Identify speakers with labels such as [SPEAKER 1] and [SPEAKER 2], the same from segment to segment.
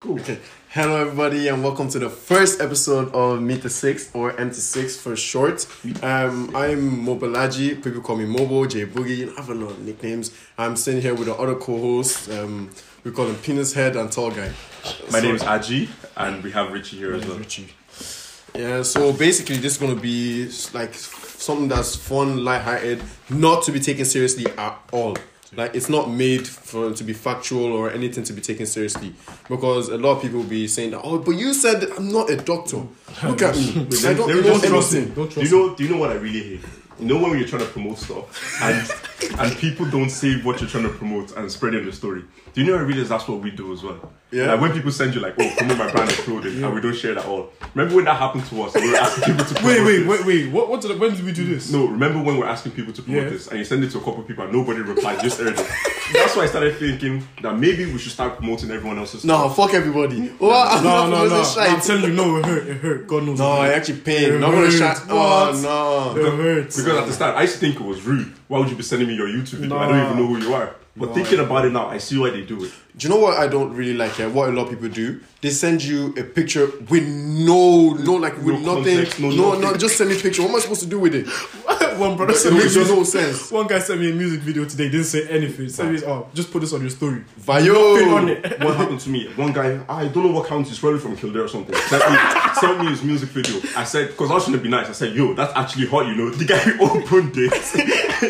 [SPEAKER 1] Cool. Hello, everybody, and welcome to the first episode of Meet the Six or MT6 for short. Um, I'm Mobolaji. People call me Mobo, J Boogie. You know, I have a lot of nicknames. I'm sitting here with the other co-host. Um, we call him Penis Head and Tall Guy.
[SPEAKER 2] My name is Aji, and we have Richie here as well.
[SPEAKER 1] Richie. Yeah, so basically, this is gonna be s- like something that's fun, lighthearted, not to be taken seriously at all. Like it's not made for to be factual or anything to be taken seriously, because a lot of people will be saying that. Oh, but you said that I'm not a doctor. Look at me. I don't
[SPEAKER 2] They
[SPEAKER 1] know
[SPEAKER 2] don't trust
[SPEAKER 1] anything.
[SPEAKER 2] him. do you know? Do you know what I really hate? You know when you're trying to promote stuff, and and people don't say what you're trying to promote and spreading the story. Do you know? I realize that's what we do as well.
[SPEAKER 1] Yeah.
[SPEAKER 2] Like when people send you like, oh, promote my brand of clothing, and we don't share that all. Remember when that happened to us? And we were asking people to promote
[SPEAKER 3] Wait, wait,
[SPEAKER 2] this?
[SPEAKER 3] wait, wait. What? What did? I- When did we do this?
[SPEAKER 2] No, remember when we we're asking people to promote
[SPEAKER 3] Yeah.
[SPEAKER 2] this and you send it to a couple people and nobody replied, just heard it. That's why I started thinking that maybe we should start promoting everyone else's
[SPEAKER 1] No,
[SPEAKER 2] stuff.
[SPEAKER 1] fuck everybody. Oh, I'm
[SPEAKER 3] no,
[SPEAKER 1] not
[SPEAKER 3] no, no.
[SPEAKER 1] proposing
[SPEAKER 3] no
[SPEAKER 1] shite.
[SPEAKER 3] I'm telling you, no. It hurt. It hurt. God knows.
[SPEAKER 1] No,
[SPEAKER 3] it
[SPEAKER 1] it
[SPEAKER 3] hurt.
[SPEAKER 1] actually pain.
[SPEAKER 3] It
[SPEAKER 1] Not gonna
[SPEAKER 3] hurts.
[SPEAKER 1] shout.
[SPEAKER 3] What?
[SPEAKER 1] Oh no.
[SPEAKER 3] It hurts.
[SPEAKER 2] Because at the start, I used to think it was rude. Why would you be sending me your YouTube video? I don't
[SPEAKER 3] Nah.
[SPEAKER 2] even know who you are. But thinking about it now, I see why they do it.
[SPEAKER 1] Do you know what I don't really like here? What a lot of people do, they send you a picture with no, no, like with
[SPEAKER 2] No
[SPEAKER 1] nothing.
[SPEAKER 2] context, no
[SPEAKER 1] no,
[SPEAKER 2] nothing.
[SPEAKER 1] no, just send me a picture. What am I supposed to do with it?
[SPEAKER 3] one brother
[SPEAKER 1] It
[SPEAKER 3] sent me. a
[SPEAKER 1] makes
[SPEAKER 3] music-
[SPEAKER 1] no sense.
[SPEAKER 3] One guy sent me a music video today. Didn't say anything. Sent me, oh, just put this on your story. Nothing on
[SPEAKER 1] Vayo.
[SPEAKER 3] it.
[SPEAKER 2] What happened to me? One guy, I don't know what county, he's probably from Kildare or something. Sent me, sent me his music video. I said, because I was trying to be nice. I said, yo, that's actually hot, you know. The guy who opened it. As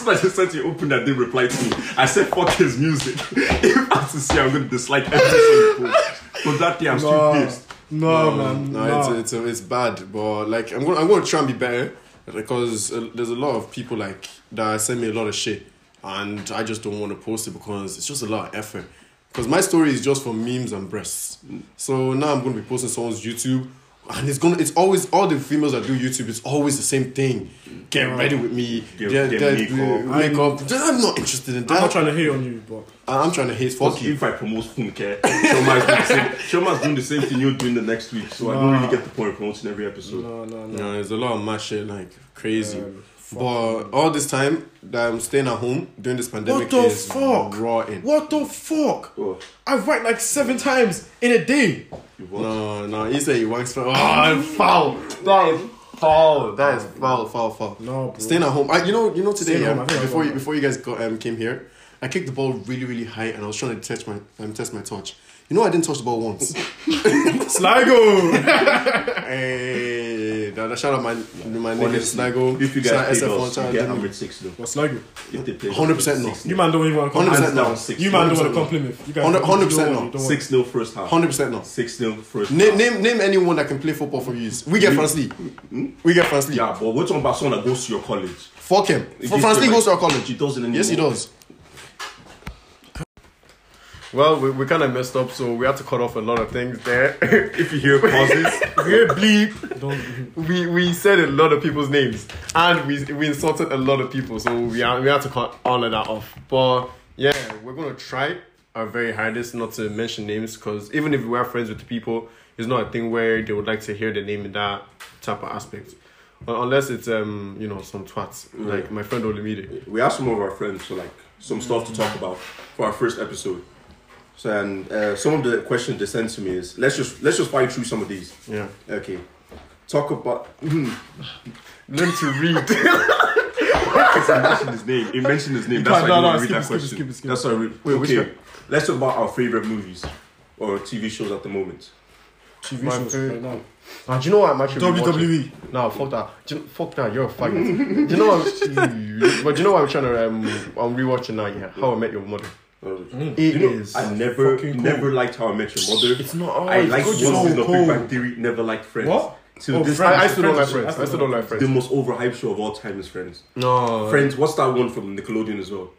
[SPEAKER 2] soon as I sent it open, that didn't reply to me. I said, fuck his music. if I have to see, I'm going to dislike every single post. But that day, I'm still
[SPEAKER 3] No,
[SPEAKER 2] pissed.
[SPEAKER 3] no, Ah, man.
[SPEAKER 1] No,
[SPEAKER 3] Um, No,
[SPEAKER 1] it's it's it's bad, but like I'm gonna I'm gonna try and be better because uh, there's a lot of people like that send me a lot of shit, and I just don't want to post it because it's just a lot of effort. Because my story is just for memes and breasts, so now I'm gonna be posting someone's YouTube. And it's gonna. It's always all the females that do YouTube. It's always the same thing. Get
[SPEAKER 3] Mm.
[SPEAKER 1] ready with me.
[SPEAKER 2] Get-
[SPEAKER 1] yeah,
[SPEAKER 2] get
[SPEAKER 1] yeah,
[SPEAKER 2] makeup.
[SPEAKER 1] uh, makeup. I'm not interested in that.
[SPEAKER 3] I'm not trying to hate on you, but
[SPEAKER 1] I'm trying to hate. Fuck you.
[SPEAKER 2] if I promote Funke, Shoma's doing the same. Shoma's doing the same thing you're doing the next week, so I don't really get the point of promoting every episode.
[SPEAKER 3] no, no, no.
[SPEAKER 1] No, there's a lot of mad shit, like crazy.
[SPEAKER 3] Um, fuck.
[SPEAKER 1] but all this time that I'm staying at home during this pandemic
[SPEAKER 3] What the
[SPEAKER 1] is
[SPEAKER 3] fuck?
[SPEAKER 1] rotten.
[SPEAKER 3] What the fuck?
[SPEAKER 2] Oh,
[SPEAKER 3] I've whacked like seven times in a day.
[SPEAKER 2] you what?
[SPEAKER 1] No, no, he said he wanks for. Oh, foul! That is foul. That is foul, foul, foul.
[SPEAKER 3] Oh, No, bro.
[SPEAKER 1] staying at home. I, you know, you know today.
[SPEAKER 3] Staying
[SPEAKER 1] Yeah,
[SPEAKER 3] home, I think I
[SPEAKER 1] before you,
[SPEAKER 3] got that.
[SPEAKER 1] before you guys got, um, came here, I kicked the ball really, really high, and I was trying to test my um, test my touch. You know, I didn't touch the ball once.
[SPEAKER 3] Sligo.
[SPEAKER 1] hey, that, that shout out my my nigga
[SPEAKER 2] Honestly,
[SPEAKER 1] Snago.
[SPEAKER 2] if you guys
[SPEAKER 1] shout
[SPEAKER 2] pay
[SPEAKER 1] out
[SPEAKER 2] us, you
[SPEAKER 1] SF1
[SPEAKER 2] get
[SPEAKER 1] shout out
[SPEAKER 2] number six though.
[SPEAKER 3] What's Sligo?
[SPEAKER 2] If they pay us,
[SPEAKER 1] 100%
[SPEAKER 2] six
[SPEAKER 3] You
[SPEAKER 2] nil.
[SPEAKER 3] man don't even want to
[SPEAKER 1] Hundred percent
[SPEAKER 2] Hands
[SPEAKER 3] compliment.
[SPEAKER 2] down
[SPEAKER 1] no.
[SPEAKER 2] six.
[SPEAKER 3] You man don't want to
[SPEAKER 1] 100% no.
[SPEAKER 3] compliment. You guys
[SPEAKER 1] Hundred-
[SPEAKER 3] don't want to-
[SPEAKER 1] 100%
[SPEAKER 3] don't want to-
[SPEAKER 1] no.
[SPEAKER 3] don't want to.
[SPEAKER 2] Six nil first half.
[SPEAKER 1] Hundred percent no.
[SPEAKER 2] Six nil first.
[SPEAKER 1] Name,
[SPEAKER 2] half.
[SPEAKER 1] name, name anyone that can play football for you. We get France League. We get France League.
[SPEAKER 2] Yeah, but we're talking about someone that goes to your college.
[SPEAKER 1] Fuck him.
[SPEAKER 2] If
[SPEAKER 1] For
[SPEAKER 2] he's
[SPEAKER 1] France League
[SPEAKER 2] still
[SPEAKER 1] goes to
[SPEAKER 2] like-
[SPEAKER 1] our college.
[SPEAKER 2] He doesn't anymore.
[SPEAKER 1] Yes, he does. Well, we, we kind of messed up, so we had to cut off a lot of things there.
[SPEAKER 2] If you hear pauses,
[SPEAKER 1] we bleep.
[SPEAKER 3] Don't.
[SPEAKER 1] We we said a lot of people's names, and we we insulted a lot of people, so we had- we had to cut all of that off. But yeah, we're gonna try our very hardest not to mention names, because even if we are friends with the people, it's not a thing where they would like to hear the name in that type of aspect, Un- unless it's um you know some twats like my friend Olamide.
[SPEAKER 2] we have some of our friends, so like some stuff to talk about for our first episode. So and uh, some of the questions they sent to me is let's just let's just fight through some of these.
[SPEAKER 1] Yeah,
[SPEAKER 2] Okay. Talk about
[SPEAKER 1] learn to read.
[SPEAKER 2] it mentioned his name. It mentioned his name. That's
[SPEAKER 3] No,
[SPEAKER 2] why
[SPEAKER 3] no,
[SPEAKER 2] I didn't
[SPEAKER 3] no,
[SPEAKER 2] read
[SPEAKER 3] skip it,
[SPEAKER 2] that
[SPEAKER 3] skip it,
[SPEAKER 2] question.
[SPEAKER 3] skip it, skip it.
[SPEAKER 2] That's why. I Re-
[SPEAKER 1] Wait, which
[SPEAKER 2] okay. Let's talk about our favorite movies or TV shows at the moment.
[SPEAKER 3] TV
[SPEAKER 1] My
[SPEAKER 3] shows
[SPEAKER 1] favorite-
[SPEAKER 3] right now.
[SPEAKER 1] Ah, do you know what I'm actually
[SPEAKER 3] WWE.
[SPEAKER 1] watching? No, fuck that. Do you, fuck that. You're a faggot. do you know what? I'm, but do you know what I'm trying to um I'm rewatching now? Yeah, How I Met Your Mother.
[SPEAKER 2] It
[SPEAKER 1] It
[SPEAKER 2] is.
[SPEAKER 1] is.
[SPEAKER 2] I never,
[SPEAKER 3] Fucking cool.
[SPEAKER 2] never liked How I Met Your Mother.
[SPEAKER 1] It's not. Oh,
[SPEAKER 2] I
[SPEAKER 1] it's
[SPEAKER 2] liked
[SPEAKER 1] good,
[SPEAKER 2] Once
[SPEAKER 1] you know.
[SPEAKER 2] in the
[SPEAKER 3] cool.
[SPEAKER 2] Big Bang Theory. Never liked Friends.
[SPEAKER 3] What?
[SPEAKER 2] Till
[SPEAKER 3] Oh,
[SPEAKER 2] this
[SPEAKER 3] Friends.
[SPEAKER 1] I, I still don't like
[SPEAKER 3] Friends.
[SPEAKER 1] Friends. I still don't like Friends.
[SPEAKER 2] the most overhyped show of all time is Friends.
[SPEAKER 1] no.
[SPEAKER 2] Friends. What's that one from Nickelodeon as well?